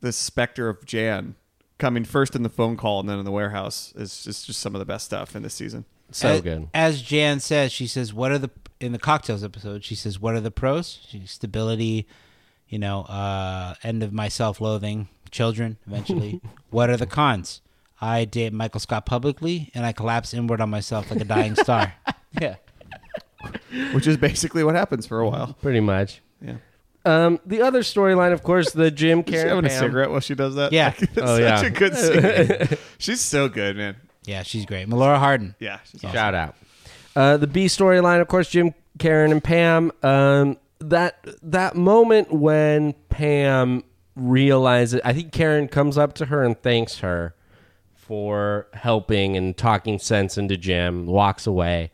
Speaker 1: the specter of Jan coming first in the phone call and then in the warehouse is just, just some of the best stuff in this season.
Speaker 2: So
Speaker 3: as,
Speaker 2: good.
Speaker 3: As Jan says, she says, "What are the in the cocktails episode?" She says, "What are the pros? She- Stability, you know, uh, end of my self-loathing, children eventually. what are the cons? I date Michael Scott publicly, and I collapse inward on myself like a dying star." yeah,
Speaker 1: Which is basically what happens for a while.
Speaker 2: Pretty much.
Speaker 1: Yeah.
Speaker 2: Um, the other storyline, of course, the Jim
Speaker 1: Is she
Speaker 2: Karen
Speaker 1: having a
Speaker 2: Pam-
Speaker 1: cigarette while she does that?
Speaker 3: Yeah.
Speaker 1: Like, it's
Speaker 2: Oh,
Speaker 1: such
Speaker 2: yeah.
Speaker 1: a good scene. She's so good, man.
Speaker 3: yeah, she's great. Melora Hardin.
Speaker 1: Yeah. She's awesome.
Speaker 2: Shout out. Uh, the B storyline, of course, Jim, Karen, and Pam. Um, that that moment when Pam realizes, I think Karen comes up to her and thanks her for helping and talking sense into Jim. Walks away,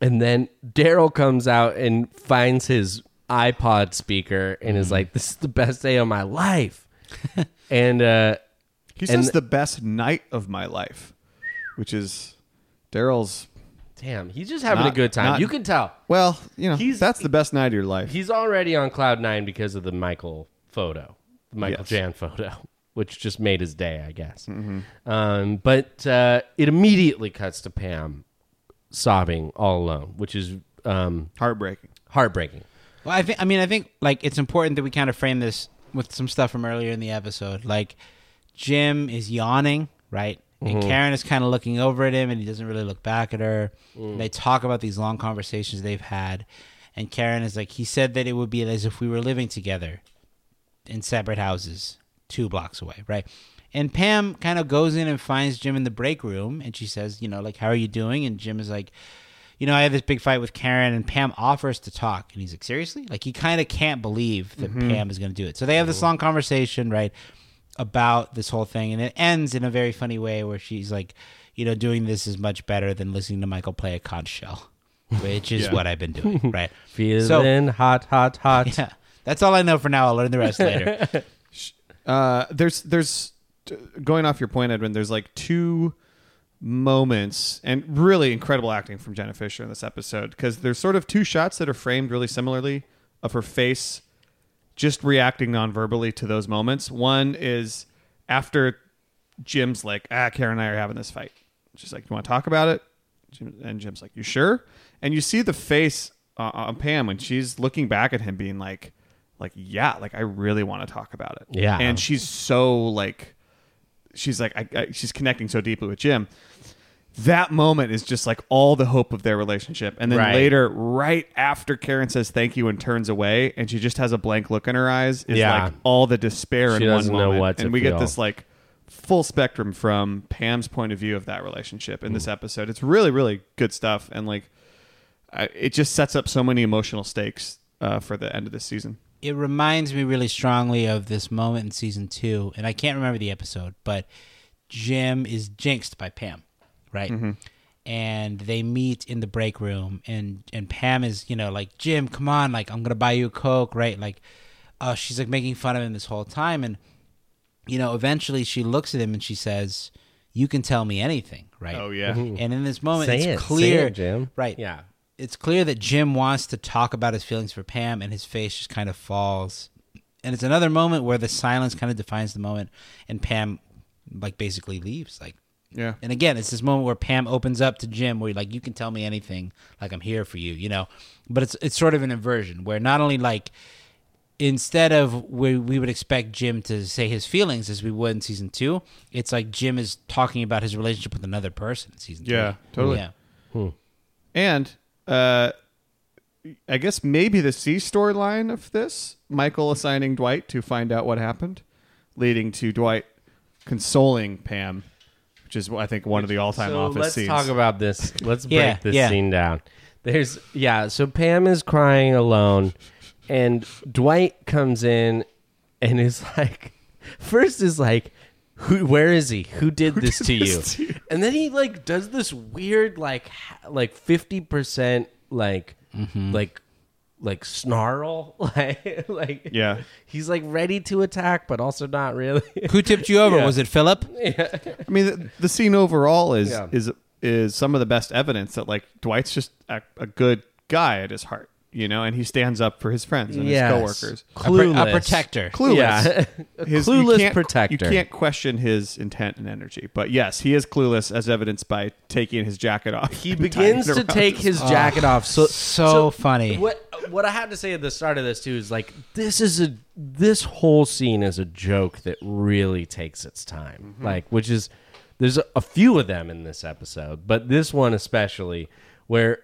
Speaker 2: and then Daryl comes out and finds his iPod speaker and
Speaker 1: Mm.
Speaker 2: is like, "This is the best day of my life," and. uh
Speaker 1: He
Speaker 2: And-
Speaker 1: says the best night of my life, which is Daryl's.
Speaker 2: Damn, he's just having
Speaker 1: Not-
Speaker 2: a good time.
Speaker 1: not-
Speaker 2: you can tell.
Speaker 1: Well, you know,
Speaker 2: He's-
Speaker 1: that's the best night of your life.
Speaker 2: He's already on cloud nine because of the Michael photo, the Michael
Speaker 1: Yes.
Speaker 2: Jan photo, which just made his day, I guess.
Speaker 3: Mm-hmm.
Speaker 2: Um, but uh, it immediately cuts to Pam sobbing all alone, which is um,
Speaker 1: Heartbreaking.
Speaker 2: heartbreaking.
Speaker 3: Well, I think I mean I think like it's important that we kind of frame this with some stuff from earlier in the episode. Like Jim is yawning, right? And Karen is kind of looking over at him and he doesn't really look back at her. They talk about these long conversations they've had and Karen is like he said that it would be as if we were living together in separate houses 2 blocks away, right? And Pam kind of goes in and finds Jim in the break room and she says, you know, like how are you doing? And Jim is like you know, I had this big fight with Karen, and Pam offers to talk, and he's like, seriously? Like, he kind of can't believe that Pam is going to do it. So they have this long conversation, right, about this whole thing, and it ends in a very funny way where she's like, you know, doing this is much better than listening to Michael play a conch shell, which is what I've been doing, right?
Speaker 2: Feeling hot, hot, hot.
Speaker 3: yeah, that's all I know for now. I'll learn the rest later.
Speaker 1: Uh, there's there's t- going off your point, Edwin. There's like two moments and really incredible acting from Jenna Fisher in this episode because there's sort of two shots that are framed really similarly of her face just reacting non-verbally to those moments. One is after Jim's like, "Ah, Karen and I are having this fight." She's like, "You want to talk about it?" Jim, and Jim's like, "You sure?" And you see the face uh, on Pam when she's looking back at him, being like, "Like, yeah, like I really want to talk about it."
Speaker 2: Yeah.
Speaker 1: and she's so like, she's like, I, I, she's connecting so deeply with Jim. That moment is just like all the hope of their relationship. And then
Speaker 2: Right.
Speaker 1: later, right after Karen says thank you and turns away, and she just has a blank look in her eyes, is
Speaker 2: Yeah.
Speaker 1: like all the despair
Speaker 2: She
Speaker 1: in one
Speaker 2: doesn't know
Speaker 1: moment.
Speaker 2: what to
Speaker 1: and we
Speaker 2: feel.
Speaker 1: get this like full spectrum from Pam's point of view of that relationship in this
Speaker 2: Mm.
Speaker 1: episode. It's really really good stuff, and like I, it just sets up so many emotional stakes uh, for the end of this season.
Speaker 3: it reminds me really strongly of this moment in season two, and I can't remember the episode, but Jim is jinxed by Pam, right?
Speaker 1: Mm-hmm.
Speaker 3: And they meet in the break room, and and Pam is you know like Jim, come on, like I'm gonna buy you a coke, right? Like, uh, she's like making fun of him this whole time, and you know eventually she looks at him and she says, "You can tell me anything," right?
Speaker 1: Oh, yeah.
Speaker 3: And in this moment,
Speaker 2: Say
Speaker 3: it's
Speaker 2: it, say
Speaker 3: clear,
Speaker 2: it, Jim.
Speaker 3: right?
Speaker 2: Yeah.
Speaker 3: it's clear that Jim wants to talk about his feelings for Pam, and his face just kind of falls. And it's another moment where the silence kind of defines the moment, and Pam, like, basically leaves. Like,
Speaker 1: Yeah,
Speaker 3: and again, it's this moment where Pam opens up to Jim, where like, you can tell me anything, like I'm here for you, you know. But it's it's sort of an inversion where not only like instead of we we would expect Jim to say his feelings as we would in season two, it's like Jim is talking about his relationship with another person in season two.
Speaker 1: Yeah, totally.
Speaker 3: Yeah.
Speaker 1: and uh, I guess maybe the C storyline of this Michael assigning Dwight to find out what happened, leading to Dwight consoling Pam, which is I think one of the all-time
Speaker 2: so
Speaker 1: office
Speaker 2: let's
Speaker 1: scenes.
Speaker 2: talk about this. Let's break
Speaker 3: Yeah,
Speaker 2: this
Speaker 3: yeah.
Speaker 2: scene down. There's yeah. So Pam is crying alone, and Dwight comes in and is like, first is like, who? Where is he? Who did this, to, you? And then he like does this weird like ha- like fifty percent like
Speaker 3: Mm-hmm.
Speaker 2: like like snarl like like
Speaker 1: Yeah.
Speaker 2: he's like ready to attack but also not really
Speaker 3: Who tipped you over? Was it Philip?
Speaker 1: I mean, the, the scene overall is
Speaker 2: Yeah.
Speaker 1: is is some of the best evidence that like Dwight's just a, a good guy at his heart, you know, and he stands up for his friends and
Speaker 2: Yes.
Speaker 1: his coworkers.
Speaker 2: clueless
Speaker 3: A, protector.
Speaker 1: Clueless,
Speaker 2: Yeah. A
Speaker 1: you
Speaker 2: clueless
Speaker 1: can't-
Speaker 2: protector.
Speaker 1: You can't question his intent and energy, but yes, he is clueless, as evidenced by taking his jacket off.
Speaker 2: he
Speaker 1: and tying
Speaker 2: begins
Speaker 1: it
Speaker 2: to
Speaker 1: around
Speaker 2: take his jacket off. So,
Speaker 3: so funny.
Speaker 2: What what I had to say at the start of this too is like this is a this whole scene is a joke that really takes its time.
Speaker 1: Mm-hmm.
Speaker 2: Like which is there's a, a few of them in this episode, but this one especially where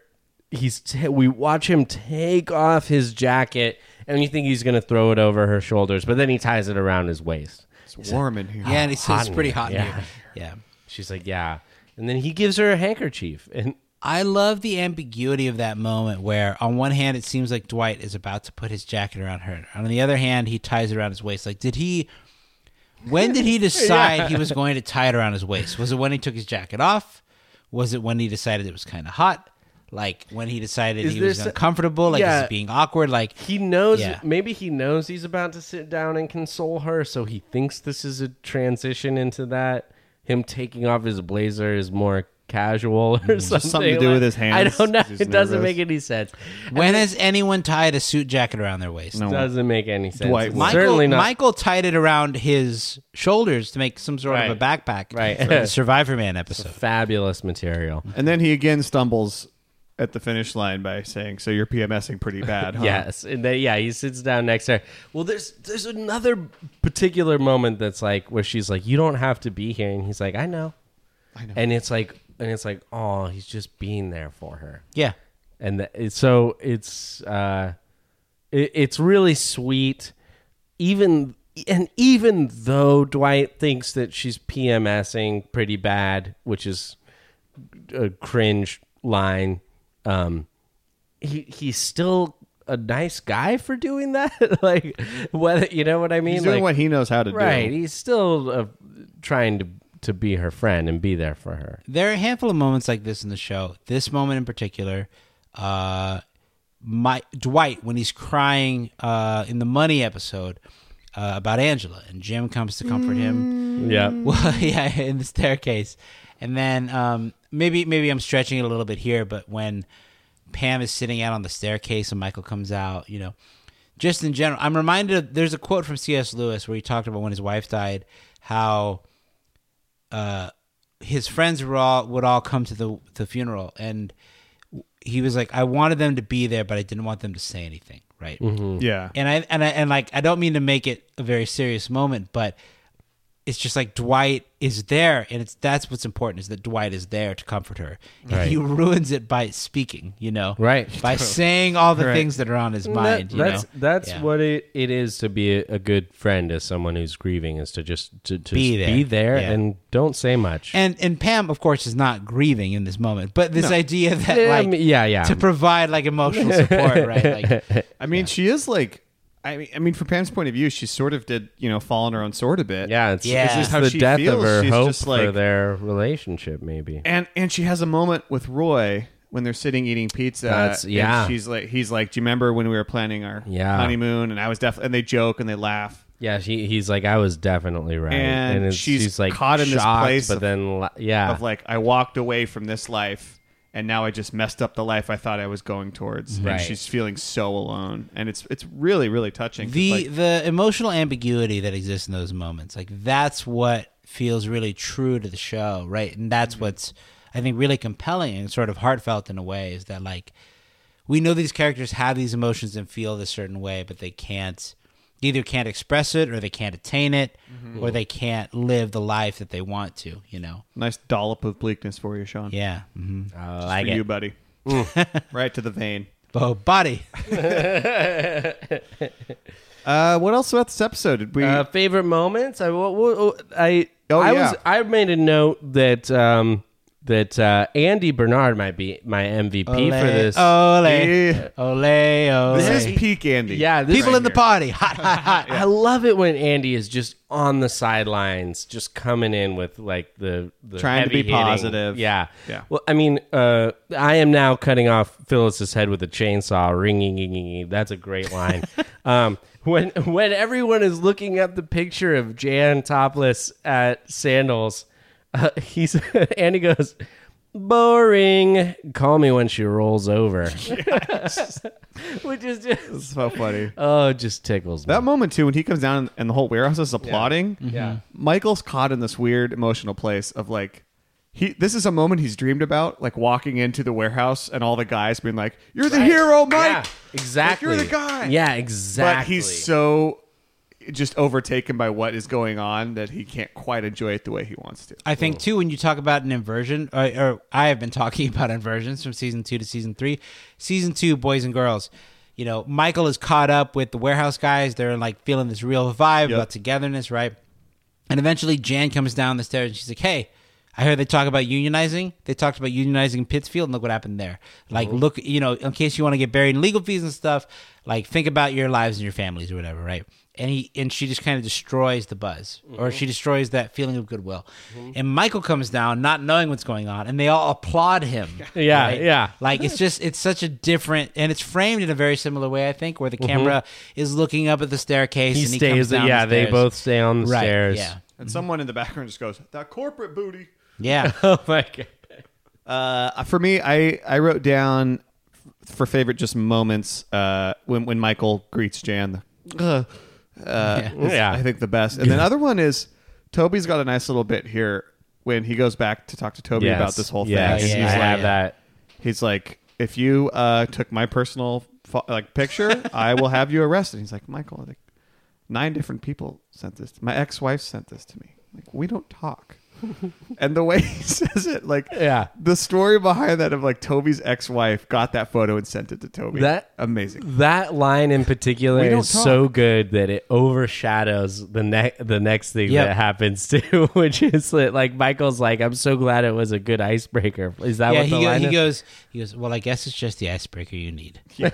Speaker 2: he's ta we watch him take off his jacket and you think he's going to throw it over her shoulders, but then he ties it around his waist.
Speaker 1: It's warm in here.
Speaker 3: Yeah, and it's, it's
Speaker 2: in
Speaker 3: pretty
Speaker 2: here.
Speaker 3: hot in
Speaker 2: Yeah.
Speaker 3: here. Yeah.
Speaker 2: She's like, "Yeah." And then he gives her a handkerchief and
Speaker 3: I love the ambiguity of that moment where, on one hand, it seems like Dwight is about to put his jacket around her. On the other hand, he ties it around his waist. Like, did he. When did he decide he was going to tie it around his waist? Was it when he took his jacket off? Was it when he decided it was kind of hot? Like, when he decided
Speaker 2: Is
Speaker 3: he was
Speaker 2: this-
Speaker 3: uncomfortable? Like,
Speaker 2: Yeah.
Speaker 3: is it being awkward? Like,
Speaker 2: he knows
Speaker 3: Yeah.
Speaker 2: maybe he knows he's about to sit down and console her so he thinks this is a transition into that him taking off his blazer is more casual or something,
Speaker 1: something to do
Speaker 2: like-
Speaker 1: with his hands,
Speaker 2: i don't know
Speaker 1: 'cause he's
Speaker 2: it doesn't
Speaker 1: nervous.
Speaker 2: make any sense
Speaker 3: when has anyone tied a suit jacket around their waist?
Speaker 1: No.
Speaker 2: doesn't make any sense
Speaker 1: Dwight
Speaker 2: It's
Speaker 1: would.
Speaker 3: Michael,
Speaker 2: certainly not
Speaker 3: Michael tied it around his shoulders to make some sort of a backpack.
Speaker 2: Right.
Speaker 3: For the Survivor Man episode.
Speaker 2: fabulous material
Speaker 1: And then he again stumbles at the finish line by saying, "So you're PMSing pretty bad, huh?"
Speaker 2: Yes, and then, yeah, he sits down next to her. Well, there's there's another particular moment that's like where she's like, "You don't have to be here," and he's like, "I know," I know. and it's like, and it's like, oh, he's just being there for her,
Speaker 3: Yeah.
Speaker 2: and th- it- so it's uh, it, it's really sweet. Even and even though Dwight thinks that she's PMSing pretty bad, which is a cringe line, um, he he's still a nice guy for doing that. like whether you know what I mean?
Speaker 1: He's doing
Speaker 2: Like,
Speaker 1: what he knows how to
Speaker 2: right.
Speaker 1: do.
Speaker 2: He's still uh, trying to to be her friend and be there for her.
Speaker 3: There are a handful of moments like this in the show. This moment in particular, uh, my Dwight when he's crying uh, in the money episode uh, about Angela, and Jim comes to comfort him.
Speaker 2: Yeah.
Speaker 3: Well, yeah, in the staircase, and then um, maybe maybe I'm stretching it a little bit here, but when Pam is sitting out on the staircase and Michael comes out, you know, just in general, I'm reminded of there's a quote from C.S. Lewis where he talked about when his wife died, how uh, his friends were all would all come to the the funeral and he was like I wanted them to be there but I didn't want them to say anything right
Speaker 1: Yeah.
Speaker 3: and I and I and like I don't mean to make it a very serious moment but it's just like Dwight is there and it's that's what's important is that Dwight is there to comfort her and he ruins it by speaking you know
Speaker 2: Right.
Speaker 3: by saying all the things that are on his
Speaker 2: That-
Speaker 3: mind you
Speaker 2: that's
Speaker 3: know
Speaker 2: that's
Speaker 3: Yeah.
Speaker 2: what it, it is to be a, a good friend as someone who's grieving is to just to, to
Speaker 3: Be
Speaker 2: just
Speaker 3: there.
Speaker 2: be there
Speaker 3: Yeah.
Speaker 2: and don't say much.
Speaker 3: and and Pam of course is not grieving in this moment but this idea that
Speaker 2: Yeah, I
Speaker 3: like
Speaker 2: mean, yeah, yeah.
Speaker 3: to provide like emotional support right like
Speaker 1: I mean, she is like, I mean, I mean, from Pam's point of view, she sort of did, you know, fall on her own sword a bit.
Speaker 2: yeah, it's,
Speaker 3: Yeah.
Speaker 2: it's
Speaker 3: This
Speaker 2: just
Speaker 3: is
Speaker 1: how
Speaker 2: the
Speaker 1: she
Speaker 2: death
Speaker 1: feels.
Speaker 2: of her
Speaker 1: She's
Speaker 2: hope
Speaker 1: just
Speaker 2: for
Speaker 1: like-
Speaker 2: their relationship, maybe.
Speaker 1: and and she has a moment with Roy when they're sitting eating pizza.
Speaker 2: That's-
Speaker 1: and
Speaker 2: yeah.
Speaker 1: she's like, he's like, do you remember when we were planning our
Speaker 2: Yeah.
Speaker 1: honeymoon? And I was definitely, and they joke and they laugh.
Speaker 2: Yeah, she, he's like, I was definitely right,
Speaker 1: And
Speaker 2: it's-
Speaker 1: she's
Speaker 2: like
Speaker 1: caught in this
Speaker 2: shocked,
Speaker 1: place
Speaker 2: but
Speaker 1: of-
Speaker 2: then la- yeah,
Speaker 1: Of like, I walked away from this life, and now I just messed up the life I thought I was going towards.
Speaker 2: Right.
Speaker 1: And she's feeling so alone, and it's it's really really touching. 'cause,
Speaker 3: the
Speaker 1: like,
Speaker 3: the emotional ambiguity that exists in those moments like that's what feels really true to the show right and that's
Speaker 1: Mm-hmm.
Speaker 3: what's i think really compelling and sort of heartfelt in a way is that like we know these characters have these emotions and feel this certain way but they can't they either can't express it or they can't attain it
Speaker 1: Mm-hmm.
Speaker 3: or they can't live the life that they want to you know
Speaker 1: nice dollop of bleakness for you, Sean.
Speaker 3: yeah hmm
Speaker 1: Just for you, buddy. right to the vein.
Speaker 3: Bo Body.
Speaker 1: Uh, what else about this episode? Did we?
Speaker 2: Uh, favorite moments? I, wa- wa- wa- I,
Speaker 1: Oh,
Speaker 2: I
Speaker 1: yeah.
Speaker 2: was I made a note that um, that uh, Andy Bernard might be my MVP for this.
Speaker 3: Ole.
Speaker 1: Yeah.
Speaker 3: Ole, ole.
Speaker 1: This is peak Andy.
Speaker 2: yeah, this
Speaker 3: People
Speaker 2: right
Speaker 3: in the
Speaker 2: here.
Speaker 3: party. Hot, hot, hot.
Speaker 2: I love it when Andy is just on the sidelines, just coming in with like the, the
Speaker 1: Trying to be
Speaker 2: heavy hitting.
Speaker 1: positive.
Speaker 2: Yeah,
Speaker 1: Yeah.
Speaker 2: Well, I mean, uh, I am now cutting off Phyllis's head with a chainsaw. Ringing, that's a great line. um, when when everyone is looking at the picture of Jan topless at sandals, uh, he's Andy goes. Boring. Call me when she rolls over. Which is just
Speaker 1: so funny.
Speaker 2: oh, it just tickles me.
Speaker 1: That moment too, when he comes down and the whole warehouse is applauding. Yeah. Michael's caught in this weird emotional place of like, he. This is a moment he's dreamed about, like walking into the warehouse and all the guys being like, "You're the hero, Mike."
Speaker 2: Yeah, exactly.
Speaker 1: Like, you're the guy.
Speaker 2: Yeah,
Speaker 1: But
Speaker 2: exactly.
Speaker 1: he's so just overtaken by what is going on that he can't quite enjoy it the way he wants to.
Speaker 3: I think too when you talk about an inversion, or, or I have been talking about inversions from season two to season three. Season two, boys and girls, you know, Michael is caught up with the warehouse guys. They're like feeling this real vibe about togetherness, right? And eventually, Jan comes down the stairs and she's like, "Hey." I heard they talk about unionizing. They talked about unionizing in Pittsfield, and look what happened there. Like, look, you know, in case you want to get buried in legal fees and stuff, like, think about your lives and your families or whatever, right? And he and she just kind of destroys the buzz, or she destroys that feeling of goodwill. And Michael comes down, not knowing what's going on, and they all applaud him.
Speaker 2: Yeah, yeah.
Speaker 3: Like it's just it's such a different, and it's framed in a very similar way, I think, where the camera is looking up at the staircase.
Speaker 2: Mm-hmm. he
Speaker 3: and He
Speaker 2: stays.
Speaker 3: comes down
Speaker 2: yeah,
Speaker 3: the
Speaker 2: they
Speaker 3: stairs.
Speaker 2: both stay on the
Speaker 3: right.
Speaker 2: stairs.
Speaker 3: Yeah,
Speaker 1: And someone in the background just goes, "That corporate booty."
Speaker 3: yeah.
Speaker 2: Oh my god.
Speaker 1: Uh, for me, I I wrote down f- for favorite just moments uh, when when Michael greets Jan. Uh, uh, is,
Speaker 2: Yeah.
Speaker 1: I think the best. And then other one is Toby's got a nice little bit here when he goes back to talk to Toby
Speaker 2: Yes,
Speaker 1: about this whole
Speaker 2: yes,
Speaker 1: thing. And
Speaker 2: I
Speaker 1: he's,
Speaker 2: have
Speaker 1: like,
Speaker 2: that.
Speaker 1: he's like, if you uh, took my personal fo- like picture, I will have you arrested. He's like, Michael, like nine different people sent this. My ex wife sent this to me. Like we don't talk. and the way he says it, like
Speaker 2: Yeah.
Speaker 1: the story behind that of like Toby's ex wife got that photo and sent it to Toby.
Speaker 2: That-
Speaker 1: amazing.
Speaker 2: That line in particular
Speaker 1: We don't
Speaker 2: is
Speaker 1: talk.
Speaker 2: so good that it overshadows the next the next thing
Speaker 3: Yep.
Speaker 2: that happens too, which is that like Michael's like, I'm so glad it was a good icebreaker. Is that
Speaker 3: yeah,
Speaker 2: what the
Speaker 3: he, go-
Speaker 2: line
Speaker 3: he
Speaker 2: is?
Speaker 3: goes. He goes. Well, I guess it's just the icebreaker you need.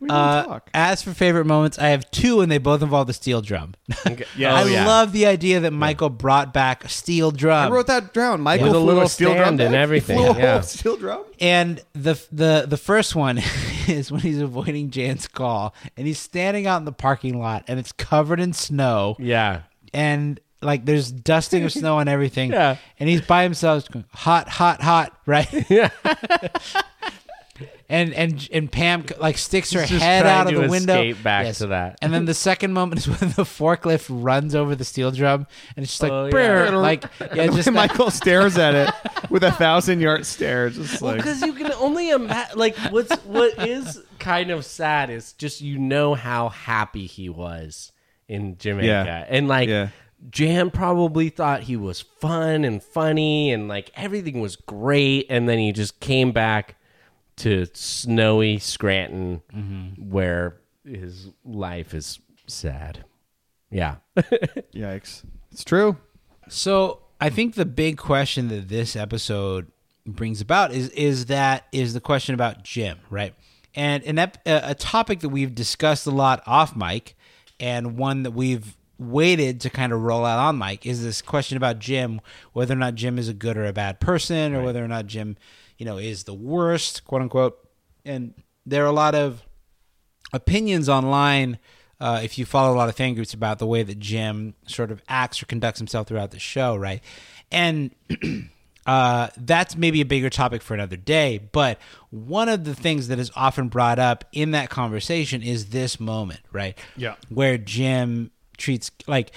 Speaker 1: We don't talk.
Speaker 3: As for favorite moments, I have two, and they both involve the steel drum.
Speaker 2: Yeah.
Speaker 3: I
Speaker 2: Oh, yeah.
Speaker 3: love the idea that Michael brought back a steel drum.
Speaker 1: I wrote that down. Michael
Speaker 2: Um, With a
Speaker 1: flew
Speaker 2: little
Speaker 1: steel drum
Speaker 2: stand and
Speaker 1: back. He
Speaker 2: everything,
Speaker 1: flew a whole
Speaker 2: yeah.
Speaker 1: steel drum.
Speaker 3: And the the the first one is when he's avoiding Jan's call, and he's standing out in the parking lot, and it's covered in snow,
Speaker 2: yeah.
Speaker 3: and like there's dusting of snow and everything.
Speaker 2: Yeah.
Speaker 3: And he's by himself, just going, hot, hot, hot, right? Yeah. and and and Pam like sticks her
Speaker 2: He's just
Speaker 3: head
Speaker 2: trying
Speaker 3: out of
Speaker 2: to
Speaker 3: the window.
Speaker 2: escape back to that.
Speaker 3: And then the second moment is when the forklift runs over the steel drum, and it's just like,
Speaker 2: Oh, yeah.
Speaker 3: "Brrr," like yeah, just that-
Speaker 1: Michael stares at it with a thousand yard stare, just like
Speaker 2: because you can only imagine like what's what is kind of sad is just you know how happy he was in jamaica
Speaker 1: Yeah.
Speaker 2: and like
Speaker 1: Yeah.
Speaker 2: jam probably thought he was fun and funny and like everything was great and then he just came back to snowy scranton
Speaker 1: Mm-hmm.
Speaker 2: where his life is sad yeah
Speaker 1: yikes. It's true.
Speaker 3: So I think the big question that this episode brings about is is that is the question about Jim, right? And an ep- a a topic that we've discussed a lot off mic, and one that we've waited to kind of roll out on mic is this question about Jim, whether or not Jim is a good or a bad person, or whether or not Jim, you know, is the worst, quote unquote. And there are a lot of opinions online uh, if you follow a lot of fan groups about the way that Jim sort of acts or conducts himself throughout the show, right? And uh, that's maybe a bigger topic for another day. But one of the things that is often brought up in that conversation is this moment, right?
Speaker 1: Yeah.
Speaker 3: Where Jim treats, like,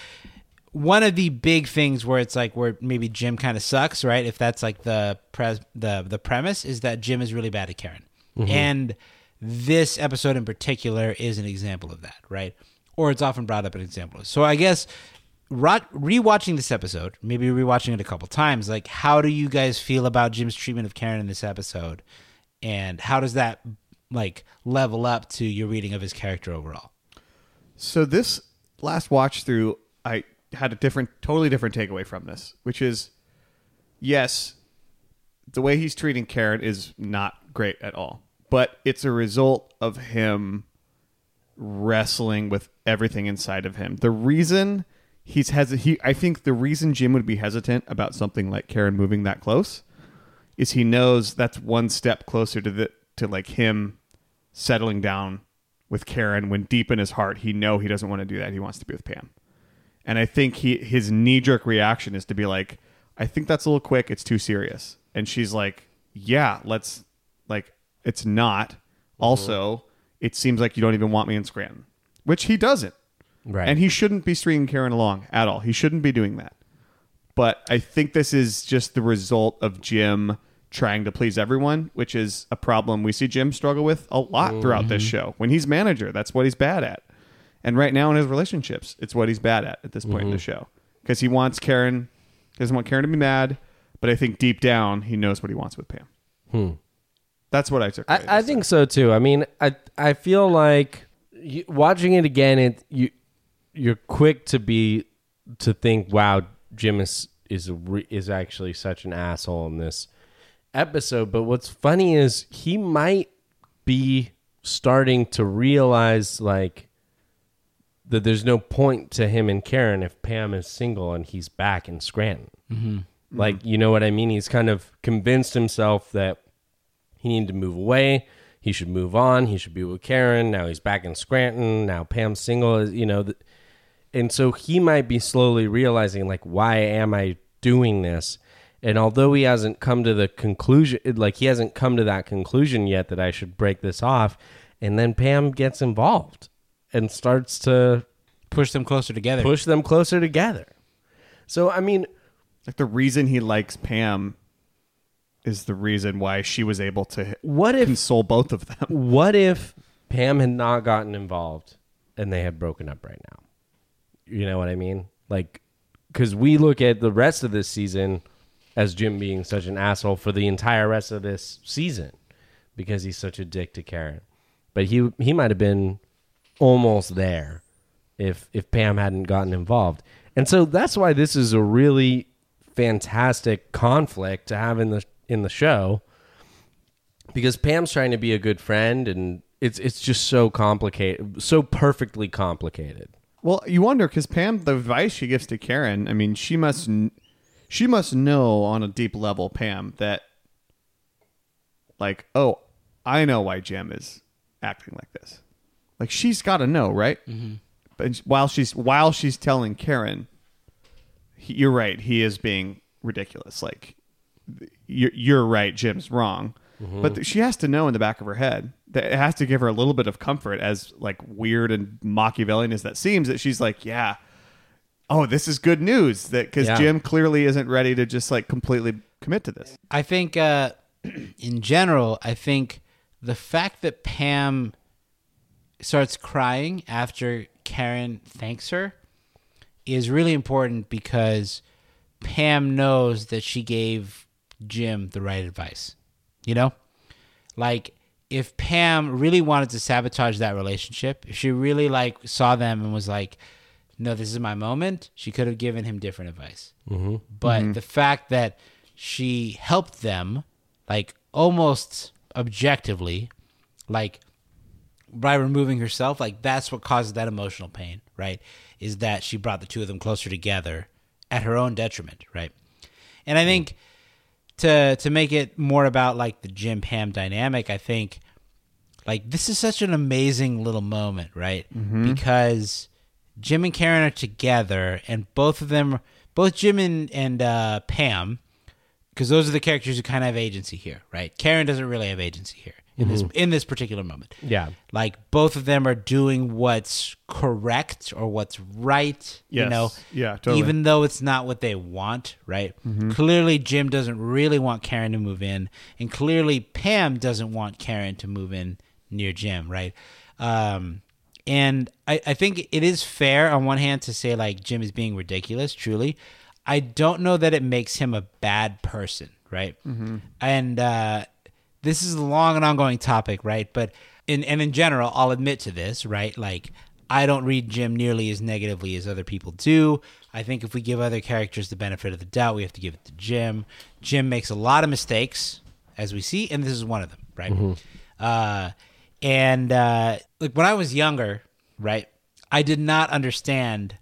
Speaker 3: one of the big things where it's like where maybe Jim kind of sucks, right? If that's like the pres the the premise is that Jim is really bad at Karen, and this episode in particular is an example of that, right? Or it's often brought up an example. So I guess ro- rewatching this episode, maybe rewatching it a couple times, like how do you guys feel about Jim's treatment of Karen in this episode? and how does that like level up to your reading of his character overall?
Speaker 1: So this last watch through, I had a different, totally different takeaway from this, which is, yes, the way he's treating Karen is not great at all, but it's a result of him wrestling with everything inside of him. The reason he's hesitant, he, I think the reason Jim would be hesitant about something like Karen moving that close is he knows that's one step closer to the to like him settling down with Karen when deep in his heart he know he doesn't want to do that. He wants to be with Pam. And I think he his knee jerk reaction is to be like, I think that's a little quick, it's too serious. And she's like, Yeah, let's like it's not. Also, it seems like you don't even want me in Scranton. Which he doesn't.
Speaker 2: Right.
Speaker 1: And he shouldn't be stringing Karen along at all. He shouldn't be doing that but I think this is just the result of Jim trying to please everyone, which is a problem we see Jim struggle with a lot throughout this show. When he's manager, that's what he's bad at. And right now in his relationships, it's what he's bad at at this point in the show. Because he wants Karen, he doesn't want Karen to be mad, but I think deep down he knows what he wants with Pam. Hmm. That's what I took. away.
Speaker 2: I, I think so too. I mean, I I feel like you, watching it again, it you you're quick to be to think, wow, Jim is is a re- is actually such an asshole in this episode. But what's funny is he might be starting to realize like that there's no point to him and Karen if Pam is single and he's back in Scranton. Like, you know what I mean? He's kind of convinced himself that he needed to move away. He should move on. He should be with Karen. Now he's back in Scranton. Now Pam's single. You know, th- and so he might be slowly realizing, like, why am I doing this? And although he hasn't come to the conclusion, like, he hasn't come to that conclusion yet that I should break this off. And then Pam gets involved and starts to
Speaker 3: Push them closer together.
Speaker 2: push them closer together. So, I mean,
Speaker 1: like the reason he likes Pam is the reason why she was able to
Speaker 2: what if
Speaker 1: console both of them.
Speaker 2: what if Pam had not gotten involved and they had broken up right now? You know what I mean? Like, because we look at the rest of this season as Jim being such an asshole for the entire rest of this season because he's such a dick to Karen. But he he might have been almost there if if Pam hadn't gotten involved. And so that's why this is a really fantastic conflict to have in the in the show because Pam's trying to be a good friend and it's it's just so complicated, so perfectly complicated.
Speaker 1: Well, you wonder because Pam, the advice she gives to Karen, I mean, she must, kn- she must know on a deep level, Pam, that, like, oh, I know why Jim is acting like this. Like, she's got to know, right? Mm-hmm. But sh- while she's while she's telling Karen, he, you're right, he is being ridiculous. Like, th- you're, you're right, Jim's wrong.
Speaker 3: Mm-hmm.
Speaker 1: But th- she has to know in the back of her head that it has to give her a little bit of comfort, as like weird and Machiavellian as that seems. That she's like, yeah, oh, this is good news that because
Speaker 2: Yeah.
Speaker 1: Jim clearly isn't ready to just like completely commit to this.
Speaker 3: I think, uh, in general, I think the fact that Pam starts crying after Karen thanks her is really important because Pam knows that she gave Jim the right advice. You know? Like, if Pam really wanted to sabotage that relationship, if she really like saw them and was like, "No, this is my moment," she could have given him different advice. Mm-hmm. But the fact that she helped them, like almost objectively, like by removing herself, like that's what causes that emotional pain, right? Is that she brought the two of them closer together at her own detriment, right? And I think to to make it more about like the Jim Pam dynamic, I think like this is such an amazing little moment, right?
Speaker 1: Mm-hmm.
Speaker 3: Because Jim and Karen are together, and both of them, both Jim and and uh, Pam, because those are the characters who kind of have agency here, right? Karen doesn't really have agency here in this
Speaker 1: Mm-hmm.
Speaker 3: in this particular moment.
Speaker 2: Yeah.
Speaker 3: like both of them are doing what's correct or what's right. You
Speaker 1: Yes.
Speaker 3: know,
Speaker 1: Yeah, totally.
Speaker 3: Even though it's not what they want, right? Clearly, Jim doesn't really want Karen to move in, and clearly Pam doesn't want Karen to move in near Jim, right? Um, and I, I think it is fair on one hand to say like Jim is being ridiculous. Truly, I don't know that it makes him a bad person, right? And uh, this is a long and ongoing topic, right? But in and in general, I'll admit to this, right? Like I don't read Jim nearly as negatively as other people do. I think if we give other characters the benefit of the doubt, we have to give it to Jim. Jim makes a lot of mistakes, as we see, and this is one of them, right? Uh, and uh, like when I was younger, right, I did not understand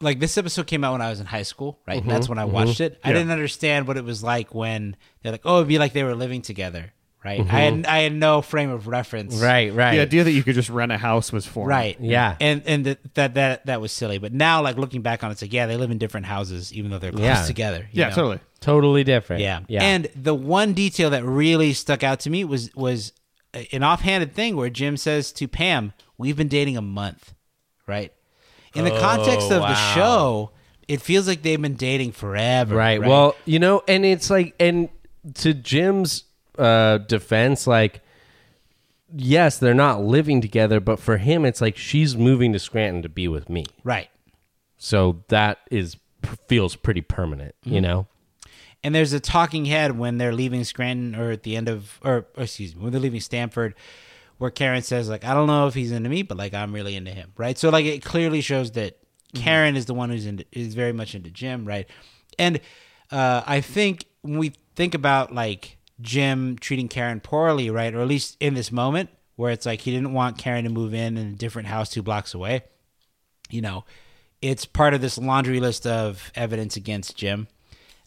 Speaker 3: like this episode came out when I was in high school, right?
Speaker 2: Mm-hmm.
Speaker 3: And that's when I watched it. I didn't understand what it was like when they're like, oh, it'd be like they were living together, right? I had I had no frame of reference,
Speaker 2: Mm-hmm. Right, right.
Speaker 1: The idea that you could just rent a house was foreign.
Speaker 3: Right.
Speaker 2: Yeah.
Speaker 3: And and th- that that that was silly. But now, like looking back on it, it's like yeah, they live in different houses, even though they're close
Speaker 2: Yeah.
Speaker 3: together. you
Speaker 1: Yeah,
Speaker 3: know?
Speaker 1: totally.
Speaker 2: Totally different.
Speaker 3: Yeah.
Speaker 2: Yeah.
Speaker 3: And the one detail that really stuck out to me was was an offhanded thing where Jim says to Pam, "We've been dating a month," right? In the context
Speaker 2: Oh,
Speaker 3: of the show, it feels like they've been dating forever.
Speaker 2: right. Well, you know, and it's like, and to Jim's uh, defense, like, yes, they're not living together, but for him, it's like she's moving to Scranton to be with me.
Speaker 3: right.
Speaker 2: So that is feels pretty permanent, you know.
Speaker 3: And there's a talking head when they're leaving Scranton or at the end of, or, or excuse me, when they're leaving Stanford, where Karen says, like, I don't know if he's into me, but like, I'm really into him, right? So, like, it clearly shows that Karen is the one who's into, is very much into Jim, right? And uh, I think when we think about like Jim treating Karen poorly, right? Or at least in this moment where it's like he didn't want Karen to move in in a different house two blocks away you know, it's part of this laundry list of evidence against Jim.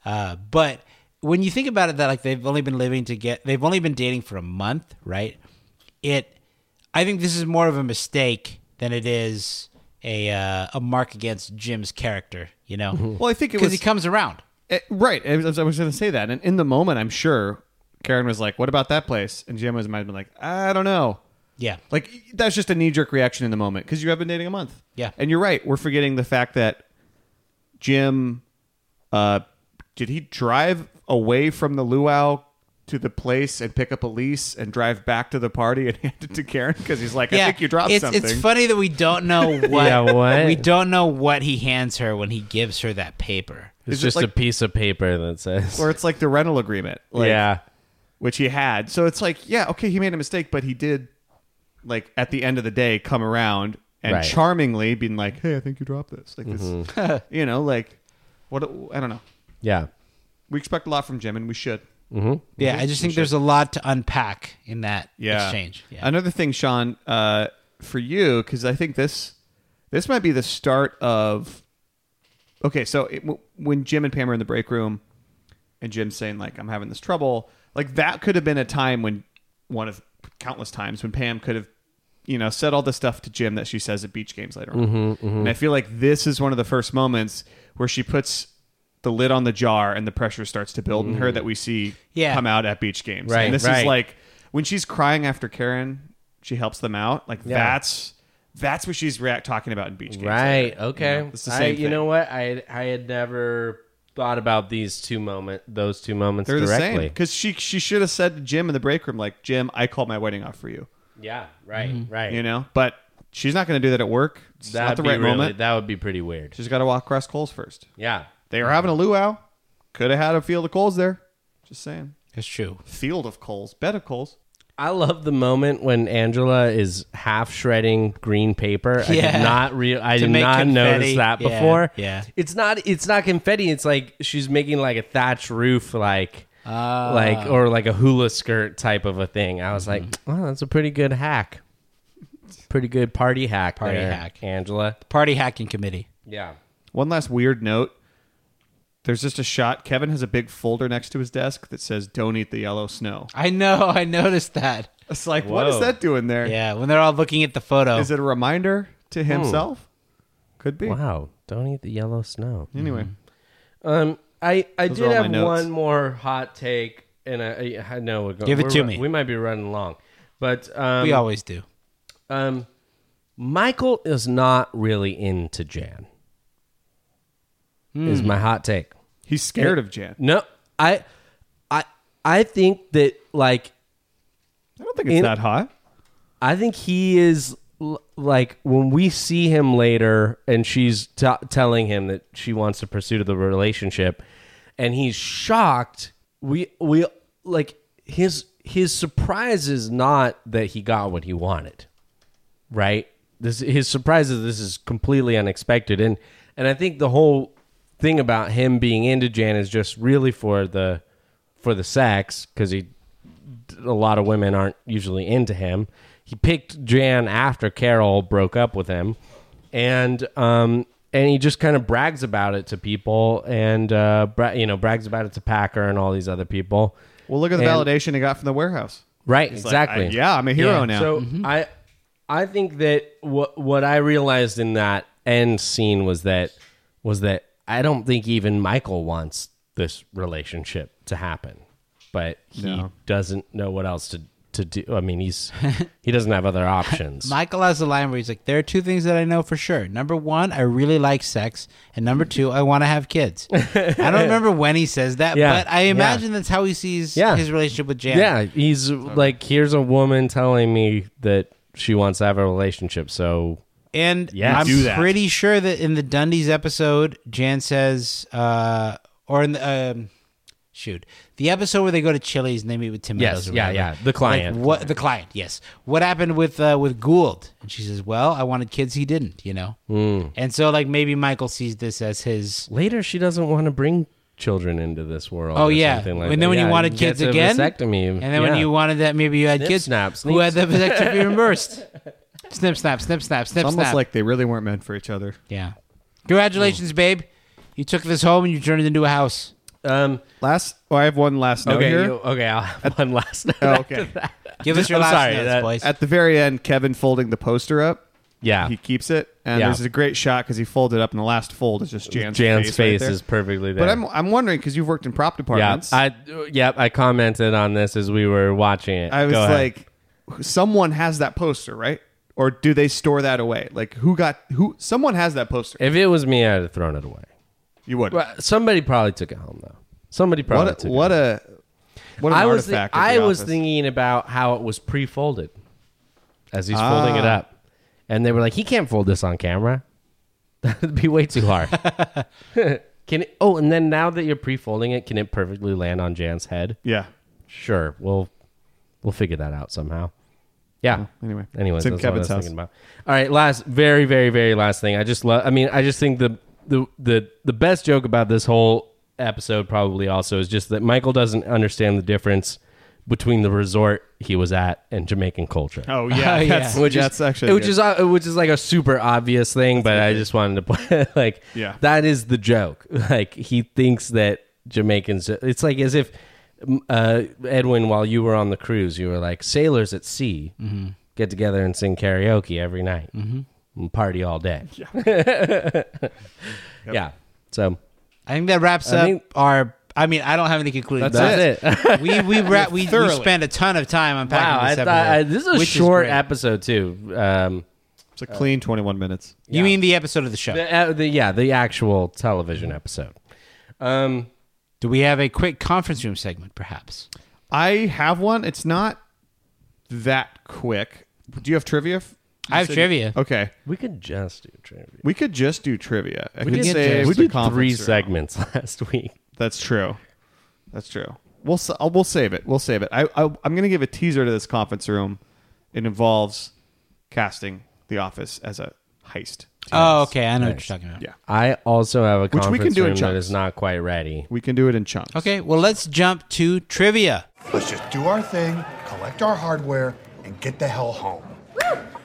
Speaker 3: Uh, but when you think about it, that like they've only been living to get, they've only been dating for a month, right? It, I think this is more of a mistake than it is a uh, a mark against Jim's character, you know, because
Speaker 1: Well, I think it was
Speaker 3: he comes around.
Speaker 1: Eh, right. I was, I was going to say that, and in the moment, I'm sure Karen was like, "What about that place?" And Jim was might have been like, "I don't know."
Speaker 3: Yeah,
Speaker 1: Like that's just a knee jerk reaction in the moment because you have been dating a month.
Speaker 3: Yeah.
Speaker 1: and you're right. We're forgetting the fact that Jim, uh, did he drive away from the luau to the place and pick up a lease and drive back to the party and hand it to Karen because he's like, "I
Speaker 3: yeah.
Speaker 1: think you dropped
Speaker 3: it's,
Speaker 1: something."
Speaker 3: It's funny that we don't know what,
Speaker 2: Yeah, what?
Speaker 3: we don't know what he hands her when he gives her that paper.
Speaker 2: It's
Speaker 1: Is it
Speaker 2: just a
Speaker 1: like-
Speaker 2: piece of paper that says,
Speaker 1: or it's like the rental agreement. Like,
Speaker 2: yeah,
Speaker 1: which he had. So it's like, yeah, okay, he made a mistake, but he did, like, at the end of the day, come around and
Speaker 2: Right.
Speaker 1: charmingly being like, hey, I think you dropped this. Like, this,
Speaker 3: Mm-hmm.
Speaker 1: you know, like, what, I don't know.
Speaker 2: yeah.
Speaker 1: We expect a lot from Jim, and we should.
Speaker 3: Yeah, I just think there's a lot to unpack in that exchange. Yeah.
Speaker 1: Another thing, Sean, uh, for you, because I think this this might be the start of. Okay, so it, w- when Jim and Pam are in the break room, and Jim's saying like, "I'm having this trouble," like that could have been a time when one of countless times when Pam could have, you know, said all the stuff to Jim that she says at beach games later on.
Speaker 2: Mm-hmm,
Speaker 1: And I feel like this is one of the first moments where she puts the lid on the jar and the pressure starts to build in her that we see
Speaker 3: Yeah.
Speaker 1: come out at beach games.
Speaker 2: Mm. Right,
Speaker 1: And this
Speaker 2: right.
Speaker 1: is like when she's crying after Karen, she helps them out. Like that's that's what she's react talking about in beach games.
Speaker 2: Right.
Speaker 1: later.
Speaker 2: Okay.
Speaker 1: You know, it's the
Speaker 2: I,
Speaker 1: same
Speaker 2: You
Speaker 1: thing.
Speaker 2: know what? I I had never thought about these two moment those two moments
Speaker 1: They're the same
Speaker 2: directly.
Speaker 1: because she she should have said to Jim in the break room like Jim, I called my wedding off for you.
Speaker 2: Yeah. Right. Right.
Speaker 1: Mm-hmm. You know, but she's not going to do that at work. It's
Speaker 2: That'd
Speaker 1: not the
Speaker 2: be
Speaker 1: right
Speaker 2: really-
Speaker 1: moment.
Speaker 2: That would be pretty weird.
Speaker 1: she's got to walk across Coles first.
Speaker 2: Yeah.
Speaker 1: They were having a luau. Could have had a field of coals there. Just saying,
Speaker 3: That's true.
Speaker 1: field of coals, bed of coals.
Speaker 2: I love the moment when Angela is half shredding green paper. I
Speaker 3: Yeah.
Speaker 2: did not real I
Speaker 3: To
Speaker 2: did
Speaker 3: make
Speaker 2: not notice
Speaker 3: confetti.
Speaker 2: that
Speaker 3: Yeah,
Speaker 2: before.
Speaker 3: yeah.
Speaker 2: It's not it's not confetti, it's like she's making like a thatch roof like
Speaker 3: Ah.
Speaker 2: like or like a hula skirt type of a thing. I was like,
Speaker 3: Mm-hmm.
Speaker 2: "Wow, that's a pretty good hack." Pretty good party hack.
Speaker 3: Party
Speaker 2: there,
Speaker 3: hack.
Speaker 2: Angela.
Speaker 3: Party hacking committee.
Speaker 2: Yeah.
Speaker 1: One last weird note. There's just a shot. Kevin has a big folder next to his desk that says "Don't eat the yellow snow."
Speaker 3: I know. I noticed that.
Speaker 1: It's like, what is
Speaker 2: Whoa.
Speaker 1: that doing there? Is
Speaker 3: Yeah, when they're all looking at the photo.
Speaker 1: it a reminder to himself? Could be.
Speaker 2: Hmm. Wow. Don't eat the yellow snow.
Speaker 1: Anyway,
Speaker 2: Um, I I
Speaker 1: are
Speaker 2: did
Speaker 1: all my
Speaker 2: have
Speaker 1: notes.
Speaker 2: one more hot take, and I I I know we're going.
Speaker 3: Give it
Speaker 2: we're
Speaker 3: to
Speaker 2: ru-
Speaker 3: me.
Speaker 2: We might be running long, but um,
Speaker 3: we always do.
Speaker 2: um, Michael is not really into Jan. Is my hot take?
Speaker 1: he's scared of Jan.
Speaker 2: No, I, I, I think that like
Speaker 1: I don't think it's
Speaker 2: In-
Speaker 1: that hot.
Speaker 2: I think he is l- like when we see him later and she's t- telling him that she wants to pursue the relationship and he's shocked we we like his his surprise is not that he got what he wanted, right? This his surprise is this is completely unexpected, and and I think the whole thing about him being into Jan is just really for the for the sex because he a lot of women aren't usually into him. He picked Jan after Carol broke up with him, and um, and he just kind of brags about it to people, and uh, bra- you know brags about it to Packer and all these other people.
Speaker 1: Well, look at the
Speaker 2: And-
Speaker 1: validation he got from the warehouse.
Speaker 2: Right,
Speaker 1: It's like, I-
Speaker 2: exactly. Mm-hmm.
Speaker 1: yeah, I'm a hero now.
Speaker 2: So I, I think that what what I realized in that end scene was that was that I don't think even Michael wants this relationship to happen, but he doesn't know what else to to do. I mean, he's he doesn't have other options.
Speaker 3: Michael has a line where he's like, "There are two things that I know for sure. Number one, I really like sex, and number two, I want to have kids." I don't remember when he says that,
Speaker 2: Yeah,
Speaker 3: but I
Speaker 2: yeah.
Speaker 3: imagine that's how he sees
Speaker 2: Yeah.
Speaker 3: his relationship with Jan.
Speaker 2: yeah, he's like, here's a woman telling me that she wants to have a relationship, so
Speaker 3: And
Speaker 2: Yes.
Speaker 3: I'm
Speaker 2: Do that.
Speaker 3: pretty sure that in the Dundies episode, Jan says, uh, or in the, um, shoot, the episode where they go to Chili's and they meet with Tim.
Speaker 2: Yes,
Speaker 3: Meadows or
Speaker 2: yeah,
Speaker 3: whatever.
Speaker 2: yeah, the client.
Speaker 3: Like, what the client? Yes. What happened with uh, with Gould? And she says, "Well, I wanted kids. He didn't. You know."
Speaker 2: Hmm.
Speaker 3: And so, like, maybe Michael sees this as his.
Speaker 2: later she doesn't want to bring children into this world.
Speaker 3: Oh
Speaker 2: or
Speaker 3: yeah,
Speaker 2: something like
Speaker 3: and
Speaker 2: that.
Speaker 3: then when
Speaker 2: Yeah,
Speaker 3: you wanted
Speaker 2: gets
Speaker 3: kids
Speaker 2: a
Speaker 3: again,
Speaker 2: vasectomy,
Speaker 3: and then when
Speaker 2: yeah.
Speaker 3: you wanted that, maybe you had
Speaker 2: Snip,
Speaker 3: kids.
Speaker 2: snap,
Speaker 3: who
Speaker 2: sneak.
Speaker 3: had the vasectomy reimbursed? snip, snap, snip, snap, snip,
Speaker 1: It's almost
Speaker 3: snap.
Speaker 1: like they really weren't meant for each other.
Speaker 3: Yeah. Congratulations, babe. You took this home and you turned it into a house.
Speaker 2: um,
Speaker 1: Last, oh, I have one last note
Speaker 2: okay,
Speaker 1: here.
Speaker 2: you- okay, I'll have one last. note
Speaker 1: Oh,
Speaker 2: after
Speaker 1: okay.
Speaker 2: that.
Speaker 3: Give us your
Speaker 2: I'm
Speaker 3: last
Speaker 2: sorry,
Speaker 3: notes,
Speaker 2: that-
Speaker 3: boys.
Speaker 1: At the very end, Kevin folding the poster up.
Speaker 2: Yeah,
Speaker 1: He keeps it, and
Speaker 2: Yeah.
Speaker 1: there's a great shot because he folded up, and the last fold is just Jan's,
Speaker 2: Jan's
Speaker 1: face,
Speaker 2: face,
Speaker 1: right there.
Speaker 2: is perfectly there.
Speaker 1: But I'm I'm wondering because you've worked in prop
Speaker 2: yeah,
Speaker 1: departments.
Speaker 2: I yeah, I commented on this as we were watching it.
Speaker 1: I was
Speaker 2: Go ahead.
Speaker 1: like, someone has that poster, right? Or do they store that away? Like who got who? Someone has that poster.
Speaker 2: if it was me, I'd have thrown it away.
Speaker 1: you would.
Speaker 2: Well, somebody probably took it home though. Somebody probably
Speaker 1: What a,
Speaker 2: took
Speaker 1: what
Speaker 2: it.
Speaker 1: a what an
Speaker 2: I was thi-
Speaker 1: artifact. of
Speaker 2: I
Speaker 1: the
Speaker 2: was
Speaker 1: office.
Speaker 2: thinking about how it was pre-folded as he's folding it
Speaker 1: Ah.
Speaker 2: up, and they were like, "He can't fold this on camera. That'd be way too hard." can it, oh, and then now that you're pre-folding it, can it perfectly land on Jan's head?
Speaker 1: Yeah.
Speaker 2: Sure, we'll we'll figure that out somehow. Yeah.
Speaker 1: anyway, it's
Speaker 2: Anyways,
Speaker 1: in
Speaker 2: that's what I
Speaker 1: Kevin's
Speaker 2: was
Speaker 1: house.
Speaker 2: thinking about. All right, last, very, very, very last thing. I just love. I mean, I just think the the the the best joke about this whole episode probably also is just that Michael doesn't understand the difference between the resort he was at and Jamaican culture.
Speaker 1: Oh yeah,
Speaker 3: yeah.
Speaker 1: that's,
Speaker 2: Which
Speaker 1: that's
Speaker 2: is,
Speaker 1: actually
Speaker 2: which
Speaker 1: good.
Speaker 2: is uh, which is like a super obvious thing, but I just wanted to point like
Speaker 1: Yeah.
Speaker 2: that is the joke. Like he thinks that Jamaicans. It's like as if m- uh, Edwin, while you were on the cruise, you were like sailors at sea get together and sing karaoke every night and party all day. Yeah. So
Speaker 3: I think that wraps up
Speaker 2: think-
Speaker 3: our. I mean, I don't have any conclusions.
Speaker 2: that's it.
Speaker 3: it. we we ra- we, we spent a ton of time unpacking
Speaker 2: wow, I
Speaker 3: this
Speaker 2: thought
Speaker 3: episode.
Speaker 2: I, this is a
Speaker 3: which
Speaker 2: short
Speaker 3: great.
Speaker 2: episode too. Um,
Speaker 1: it's a clean 21 minutes.
Speaker 3: You mean the episode of the show?
Speaker 2: the, uh, the yeah, the actual television episode. Um,
Speaker 3: Do we have a quick conference room segment, perhaps?
Speaker 1: I have one. It's not that quick. Do you have trivia? f-
Speaker 3: I have
Speaker 1: said-
Speaker 3: trivia.
Speaker 1: Okay,
Speaker 2: we could just do trivia.
Speaker 1: we could just do trivia. I
Speaker 3: We
Speaker 1: could
Speaker 3: did
Speaker 1: save
Speaker 3: just-
Speaker 2: We
Speaker 1: the
Speaker 2: did
Speaker 1: conference
Speaker 2: three
Speaker 1: room.
Speaker 2: segments last week.
Speaker 1: That's true. That's true. We'll s- I'll- we'll save it. We'll save it. I, I I'm gonna give a teaser to this conference room. It involves casting The Office as a heist.
Speaker 3: Oh, okay. I know what you're talking about.
Speaker 1: Yeah.
Speaker 2: I also have a
Speaker 1: we can
Speaker 2: conference
Speaker 1: do in
Speaker 2: room that
Speaker 1: chunks.
Speaker 2: is not quite ready.
Speaker 1: We can do it in chunks.
Speaker 3: Okay. Well, let's jump to trivia.
Speaker 8: Let's just do our thing, collect our hardware, and get the hell home.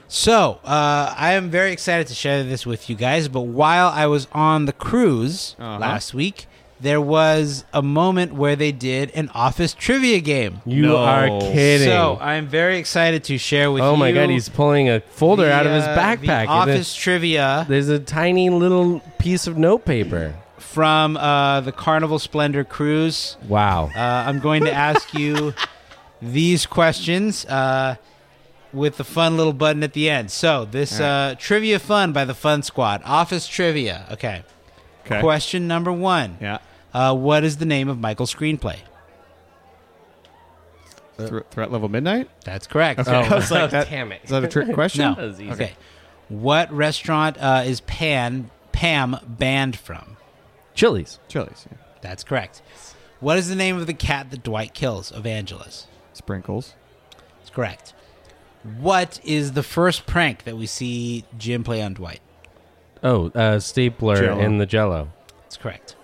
Speaker 3: So, uh, I am very excited to share this with you guys. But while I was on the cruise last week, there was a moment where they did an office trivia game.
Speaker 2: You are kidding.
Speaker 3: So,
Speaker 1: uh,
Speaker 3: I'm very excited to share with you.
Speaker 2: oh my god, he's pulling a folder
Speaker 3: the,
Speaker 2: out of his
Speaker 3: uh, the
Speaker 2: backpack. and
Speaker 3: office trivia
Speaker 2: There's a tiny little piece of notepaper.
Speaker 3: from uh, the Carnival Splendor cruise.
Speaker 2: Wow.
Speaker 3: Uh, I'm going to ask you these questions uh, with the fun little button at the end. So, this uh, trivia fun by the Fun Squad, office trivia. Okay.
Speaker 1: Okay.
Speaker 3: Question number one.
Speaker 1: Yeah.
Speaker 3: Uh, what is the name of Michael's screenplay?
Speaker 1: Thr- threat level midnight.
Speaker 3: That's correct.
Speaker 1: I was like, that-
Speaker 2: damn it.
Speaker 1: Is that a trick question?
Speaker 3: Oh. No. Okay. What restaurant uh, is Pan Pam banned from?
Speaker 2: Chili's.
Speaker 1: Chili's. yeah.
Speaker 3: That's correct. What is the name of the cat that Dwight kills? Evangelist.
Speaker 1: Sprinkles.
Speaker 3: It's correct. What is the first prank that we see Jim play on Dwight?
Speaker 2: Oh, uh, stapler
Speaker 1: Jell-O.
Speaker 2: in the Jello.
Speaker 3: That's correct.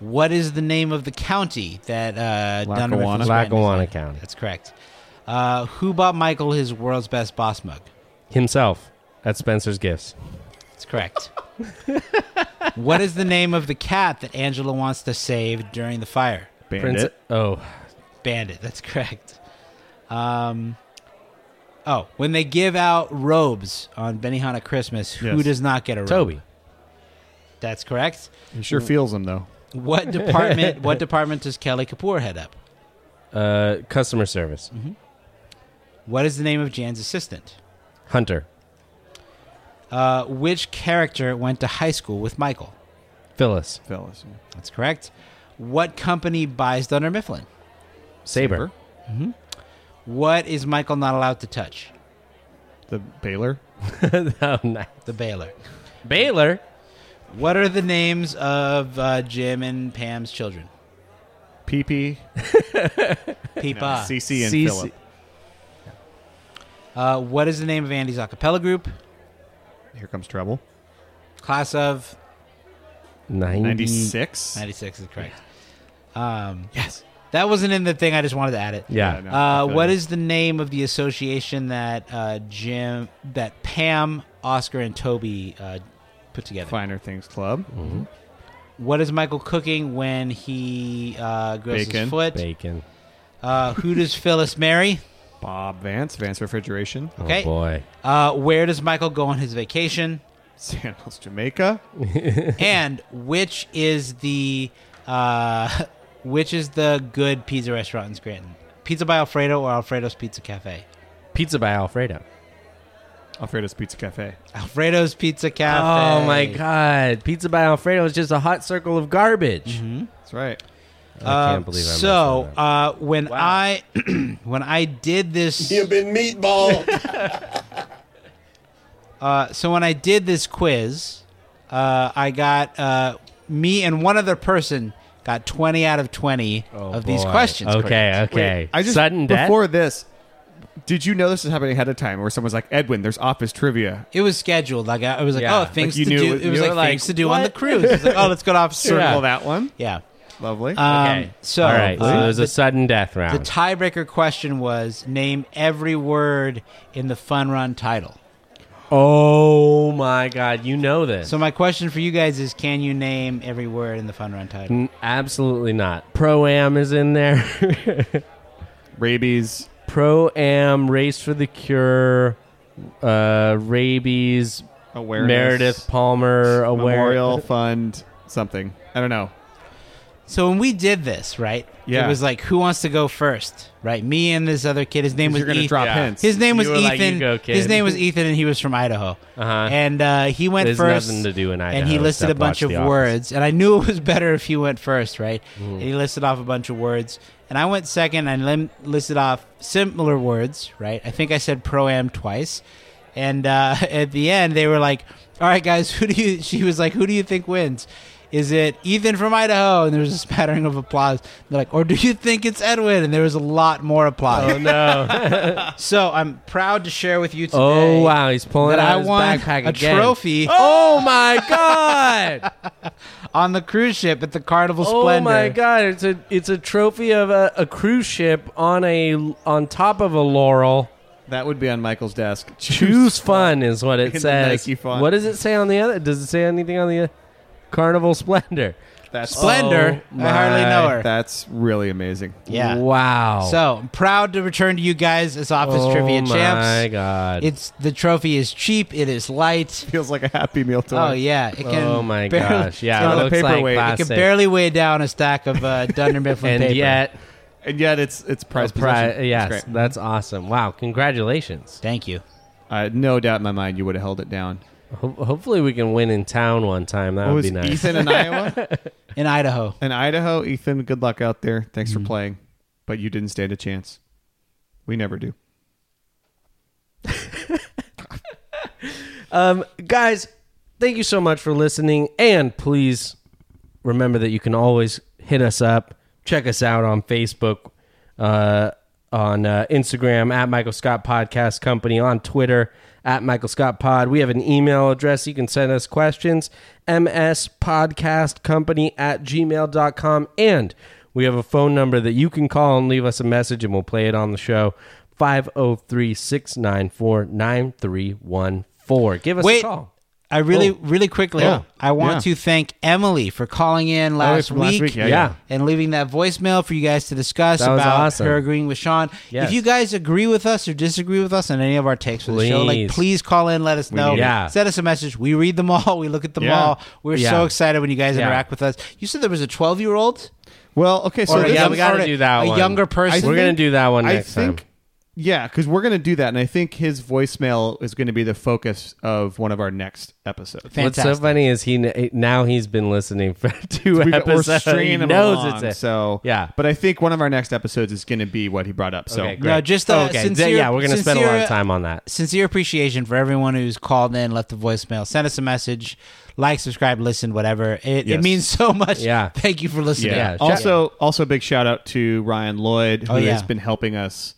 Speaker 3: What is the name of the county that uh, Donovan
Speaker 1: Lackawanna.
Speaker 3: was writing his
Speaker 2: Lackawanna
Speaker 3: life?
Speaker 2: County.
Speaker 3: That's correct. Uh, who bought Michael his world's best boss mug?
Speaker 2: Himself at Spencer's Gifts.
Speaker 3: That's correct. what is the name of the cat that Angela wants to save during the fire?
Speaker 1: Bandit.
Speaker 2: Oh,
Speaker 3: Bandit. That's correct. Um, oh, when they give out robes on Benihana Christmas, who
Speaker 1: Yes.
Speaker 3: does not get a robe?
Speaker 2: Toby.
Speaker 3: That's correct.
Speaker 1: He sure feels them though.
Speaker 3: What department? what department does Kelly Kapoor head up?
Speaker 2: Uh, customer service.
Speaker 1: Mm-hmm.
Speaker 3: What is the name of Jan's assistant?
Speaker 2: Hunter.
Speaker 3: Uh, which character went to high school with Michael?
Speaker 2: Phyllis.
Speaker 1: Fellas.
Speaker 3: That's correct. What company buys Dunder Mifflin?
Speaker 2: Saber.
Speaker 3: What is Michael not allowed to touch?
Speaker 1: The Baylor.
Speaker 2: oh, nice.
Speaker 3: The Baylor.
Speaker 2: Baylor.
Speaker 3: What are the names of uh, Jim and Pam's children?
Speaker 1: PP.
Speaker 3: Peepa.
Speaker 1: CC and
Speaker 2: CC.
Speaker 1: Philip.
Speaker 3: Uh, what is the name of Andy's acapella group?
Speaker 1: Here comes trouble.
Speaker 3: Class of
Speaker 2: 90.
Speaker 1: Ninety six.
Speaker 3: 96 is correct. Um, yes. That wasn't in the thing. I just wanted to add it.
Speaker 2: Yeah.
Speaker 1: no. I
Speaker 3: Uh,
Speaker 1: feel
Speaker 3: what
Speaker 1: you.
Speaker 3: is the name of the association that uh, Jim, that Pam, Oscar, and Toby uh, put together?
Speaker 1: Finer Things Club.
Speaker 3: What is Michael cooking when he uh, grows
Speaker 1: Bacon.
Speaker 3: his foot?
Speaker 2: Bacon.
Speaker 3: Uh, who does Phyllis marry?
Speaker 1: Bob Vance. Vance Refrigeration.
Speaker 3: Okay.
Speaker 2: Oh, boy.
Speaker 3: Uh, where does Michael go on his vacation?
Speaker 1: Sandals Jamaica.
Speaker 3: and which is the uh, which is the good pizza restaurant in Scranton? Pizza by Alfredo or Alfredo's Pizza Cafe?
Speaker 2: Pizza by Alfredo.
Speaker 1: Alfredo's Pizza Cafe.
Speaker 3: Alfredo's Pizza Cafe.
Speaker 2: Oh, my God. Pizza by Alfredo is just a hot circle of garbage.
Speaker 1: That's right.
Speaker 2: I
Speaker 3: Um,
Speaker 2: can't believe I'm
Speaker 3: so
Speaker 2: messing that up.
Speaker 3: uh, when I when I did this
Speaker 6: You've been meatball.
Speaker 3: uh, so when I did this quiz, uh, I got uh, me and one other person got twenty out of twenty
Speaker 2: Oh,
Speaker 3: of these
Speaker 2: boy.
Speaker 3: questions.
Speaker 2: Okay,
Speaker 3: correct.
Speaker 2: okay.
Speaker 1: I just
Speaker 2: Sudden death.
Speaker 1: before this. Did you know this is happening ahead of time? Where someone's like, Edwin, there's office trivia.
Speaker 3: It was scheduled. Like I I was like,
Speaker 2: Yeah.
Speaker 3: oh, things
Speaker 1: Like,
Speaker 3: to
Speaker 1: you knew
Speaker 3: do.
Speaker 1: it-
Speaker 3: It was
Speaker 1: you
Speaker 3: like,
Speaker 1: were like,
Speaker 3: things to do on the
Speaker 2: "What?"
Speaker 3: cruise. It was like, oh, let's go to Office
Speaker 1: Circle
Speaker 3: Circle.
Speaker 1: that one.
Speaker 3: Yeah.
Speaker 1: Lovely.
Speaker 3: Um,
Speaker 2: Okay.
Speaker 3: So,
Speaker 2: All right. So
Speaker 3: uh,
Speaker 2: there's
Speaker 3: the,
Speaker 2: a sudden death
Speaker 3: the
Speaker 2: round.
Speaker 3: tiebreaker question was name every word in the Fun Run title.
Speaker 2: oh, my God. You know this.
Speaker 3: So my question for you guys is, can you name every word in the Fun Run title?
Speaker 2: N- Absolutely not. Pro Am is in there.
Speaker 1: Rabies.
Speaker 2: Pro Am, Race for the Cure, uh, Rabies,
Speaker 1: Awareness.
Speaker 2: Meredith Palmer, Aware.
Speaker 1: Memorial Fund. Something. I don't know.
Speaker 3: So when we did this, right?
Speaker 1: Yeah.
Speaker 3: It was like, who wants to go first? Right? Me and this other kid. His name was E.
Speaker 1: You're gonna
Speaker 3: Ethan.
Speaker 1: drop hints.
Speaker 3: His name was
Speaker 2: You were
Speaker 3: Ethan.
Speaker 2: like, "You go, kid."
Speaker 3: His name was Ethan, and he was from Idaho.
Speaker 2: Uh-huh.
Speaker 3: And uh, he went
Speaker 2: There's
Speaker 3: first.
Speaker 2: nothing to do in
Speaker 3: And he
Speaker 2: Idaho
Speaker 3: listed a
Speaker 2: except
Speaker 3: bunch
Speaker 2: watch
Speaker 3: of
Speaker 2: The Office. Mm-hmm.
Speaker 3: words. And I knew it was better if he went first, right? And he listed off a bunch of words. And I went second and lim- listed off similar words, right? I think I said pro am twice. And uh, at the end, they were like, all right, guys, who do you, she was like, who do you think wins? Is it Ethan from Idaho? And there was a spattering of applause. They're like, or do you think it's Edwin? And there was a lot more applause.
Speaker 2: Oh, no.
Speaker 3: So I'm proud to share with you today.
Speaker 2: oh, wow. He's
Speaker 3: That
Speaker 2: pulling out
Speaker 3: I
Speaker 2: his
Speaker 3: won
Speaker 2: backpack
Speaker 3: a
Speaker 2: again.
Speaker 3: trophy.
Speaker 2: Oh, my God.
Speaker 3: On the cruise ship at the Carnival
Speaker 2: oh,
Speaker 3: Splendor.
Speaker 2: my God. It's a, it's a trophy of a, a cruise ship on, a, on top of a laurel.
Speaker 1: That would be on Michael's desk.
Speaker 2: Choose fun is what it
Speaker 1: In the
Speaker 2: says.
Speaker 1: Nike font.
Speaker 2: What does it say on the other? Does it say anything on the uh, Carnival Splendor?
Speaker 1: That's
Speaker 3: Splendor.
Speaker 2: Oh
Speaker 3: I hardly
Speaker 2: my-
Speaker 3: know her.
Speaker 1: That's really amazing.
Speaker 3: yeah.
Speaker 2: Wow.
Speaker 3: So I'm proud to return to you guys as Office
Speaker 2: oh
Speaker 3: Trivia
Speaker 2: my
Speaker 3: Champs.
Speaker 2: God.
Speaker 3: It's the trophy is cheap. It is light.
Speaker 1: Feels like a happy meal to
Speaker 3: Oh
Speaker 1: us.
Speaker 3: yeah, it can.
Speaker 2: oh my
Speaker 3: barely,
Speaker 2: gosh! Yeah,
Speaker 1: not
Speaker 2: it
Speaker 1: a
Speaker 2: looks like
Speaker 1: paperweight. It
Speaker 3: it
Speaker 2: plastic.
Speaker 3: can barely weigh down a stack of uh, Dunder Mifflin
Speaker 2: and
Speaker 3: paper.
Speaker 2: yet,
Speaker 1: And yet it's it's
Speaker 2: a
Speaker 1: prize
Speaker 2: pri-
Speaker 1: possession.
Speaker 2: yes,
Speaker 1: It's
Speaker 2: that's,
Speaker 1: great.
Speaker 2: awesome. Wow! Congratulations.
Speaker 3: thank you.
Speaker 1: I had Uh, no doubt in my mind you would have held it down.
Speaker 2: Ho- hopefully, we can win in town one time. That
Speaker 1: What
Speaker 2: would
Speaker 1: was
Speaker 2: be nice.
Speaker 1: Ethan in Iowa?
Speaker 3: In Idaho,
Speaker 1: In Idaho, Ethan, good luck out there. Thanks for playing. But you didn't stand a chance. We never do.
Speaker 2: Um, guys, thank you so much for listening, and please remember that you can always hit us up, check us out on Facebook. Uh, on uh, Instagram at Michael Scott Podcast Company, on Twitter at Michael Scott Pod. We have an email address you can send us questions, mspodcastcompany at gmail.com. And we have a phone number that you can call and leave us a message, and we'll play it on the show 503 694 9314. Give us a
Speaker 3: Wait,
Speaker 2: call.
Speaker 3: I really,
Speaker 2: Oh.
Speaker 3: really quickly,
Speaker 2: Yeah.
Speaker 3: I want
Speaker 2: Yeah.
Speaker 3: to thank Emily for calling in last
Speaker 2: from last
Speaker 3: week,
Speaker 2: week, yeah, Yeah. yeah.
Speaker 3: and leaving that voicemail for you guys to discuss
Speaker 2: That was
Speaker 3: about
Speaker 2: awesome.
Speaker 3: her agreeing with Sean.
Speaker 2: Yes.
Speaker 3: If you guys agree with us or disagree with us on any of our takes for the show, like
Speaker 2: Please.
Speaker 3: please call in, let us
Speaker 2: We
Speaker 3: know,
Speaker 2: need it. Yeah.
Speaker 3: send us a message. We read them all, we look at them
Speaker 1: Yeah.
Speaker 3: all. We're so
Speaker 2: Yeah.
Speaker 3: excited when you guys
Speaker 2: Yeah.
Speaker 3: interact with us. You said there was a twelve-year-old.
Speaker 1: Well, okay, so
Speaker 3: Or
Speaker 1: this
Speaker 3: yeah,
Speaker 1: is-
Speaker 3: we gotta do that
Speaker 2: a
Speaker 3: one. younger person.
Speaker 2: We're gonna do that one
Speaker 1: I
Speaker 2: next
Speaker 1: think,
Speaker 2: time.
Speaker 1: Yeah, because we're gonna do that, and I think his voicemail is gonna be the focus of one of our next episodes.
Speaker 2: What's so funny is he n- now he's been listening for 2
Speaker 1: We've got-
Speaker 2: episodes.
Speaker 1: We're stringing
Speaker 2: he
Speaker 1: him
Speaker 2: knows
Speaker 1: along,
Speaker 2: it's a,
Speaker 1: so
Speaker 2: yeah.
Speaker 1: But I think one of our next episodes is going to be what he brought up. So
Speaker 2: Okay, great.
Speaker 3: No, just the
Speaker 2: Oh, okay.
Speaker 3: sincere,
Speaker 2: yeah, we're gonna spend a lot of
Speaker 3: sincere- uh,
Speaker 2: time on that.
Speaker 3: Sincere appreciation for everyone who's called in, left a voicemail, sent us a message, like, subscribe, listen, whatever. It, it
Speaker 1: Yes.
Speaker 3: means so much.
Speaker 2: Yeah.
Speaker 3: Thank you for listening.
Speaker 1: yeah. also, also a big shout out to Ryan Lloyd who
Speaker 3: Oh, yeah.
Speaker 1: has been helping us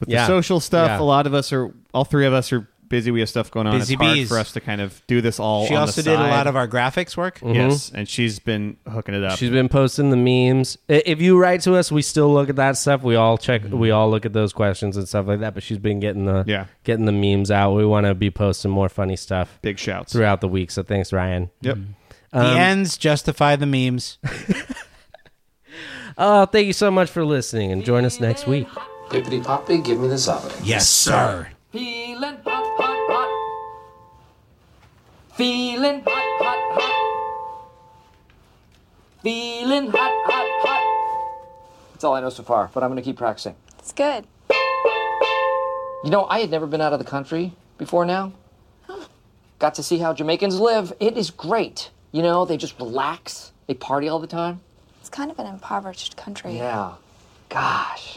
Speaker 1: with
Speaker 2: Yeah.
Speaker 1: the social stuff.
Speaker 2: Yeah.
Speaker 1: A lot of us are, all three of us are busy. We have stuff going on.
Speaker 3: Busy
Speaker 1: it's hard
Speaker 3: bees.
Speaker 1: for us to kind of do this all. on
Speaker 3: she
Speaker 1: the
Speaker 3: also did a
Speaker 1: side. Um,
Speaker 3: lot of our Mm-hmm. graphics work.
Speaker 1: yes, and she's been hooking it up.
Speaker 2: She's been posting the memes. I- If you write to us, we still look at that stuff. We all check. We all look at those questions and stuff like that. But she's been getting the
Speaker 1: Yeah.
Speaker 2: getting the memes out. We want to be posting more funny stuff
Speaker 1: big shouts.
Speaker 2: throughout the week. So thanks, Ryan.
Speaker 1: Yep.
Speaker 3: Mm-hmm. The ends justify the memes.
Speaker 2: Oh, thank you so much for listening, and join us next week.
Speaker 5: Bippity poppy, give me the zobbity.
Speaker 3: yes, sir.
Speaker 5: Feeling hot, hot, hot. Feeling hot, hot, hot. Feeling hot, hot, hot. That's all I know so far, but I'm gonna keep practicing.
Speaker 7: It's good.
Speaker 5: You know, I had never been out of the country before now. Got to see how Jamaicans live. It is great. You know, they just relax, they party all the time.
Speaker 7: It's kind of an impoverished country.
Speaker 5: Yeah. Gosh,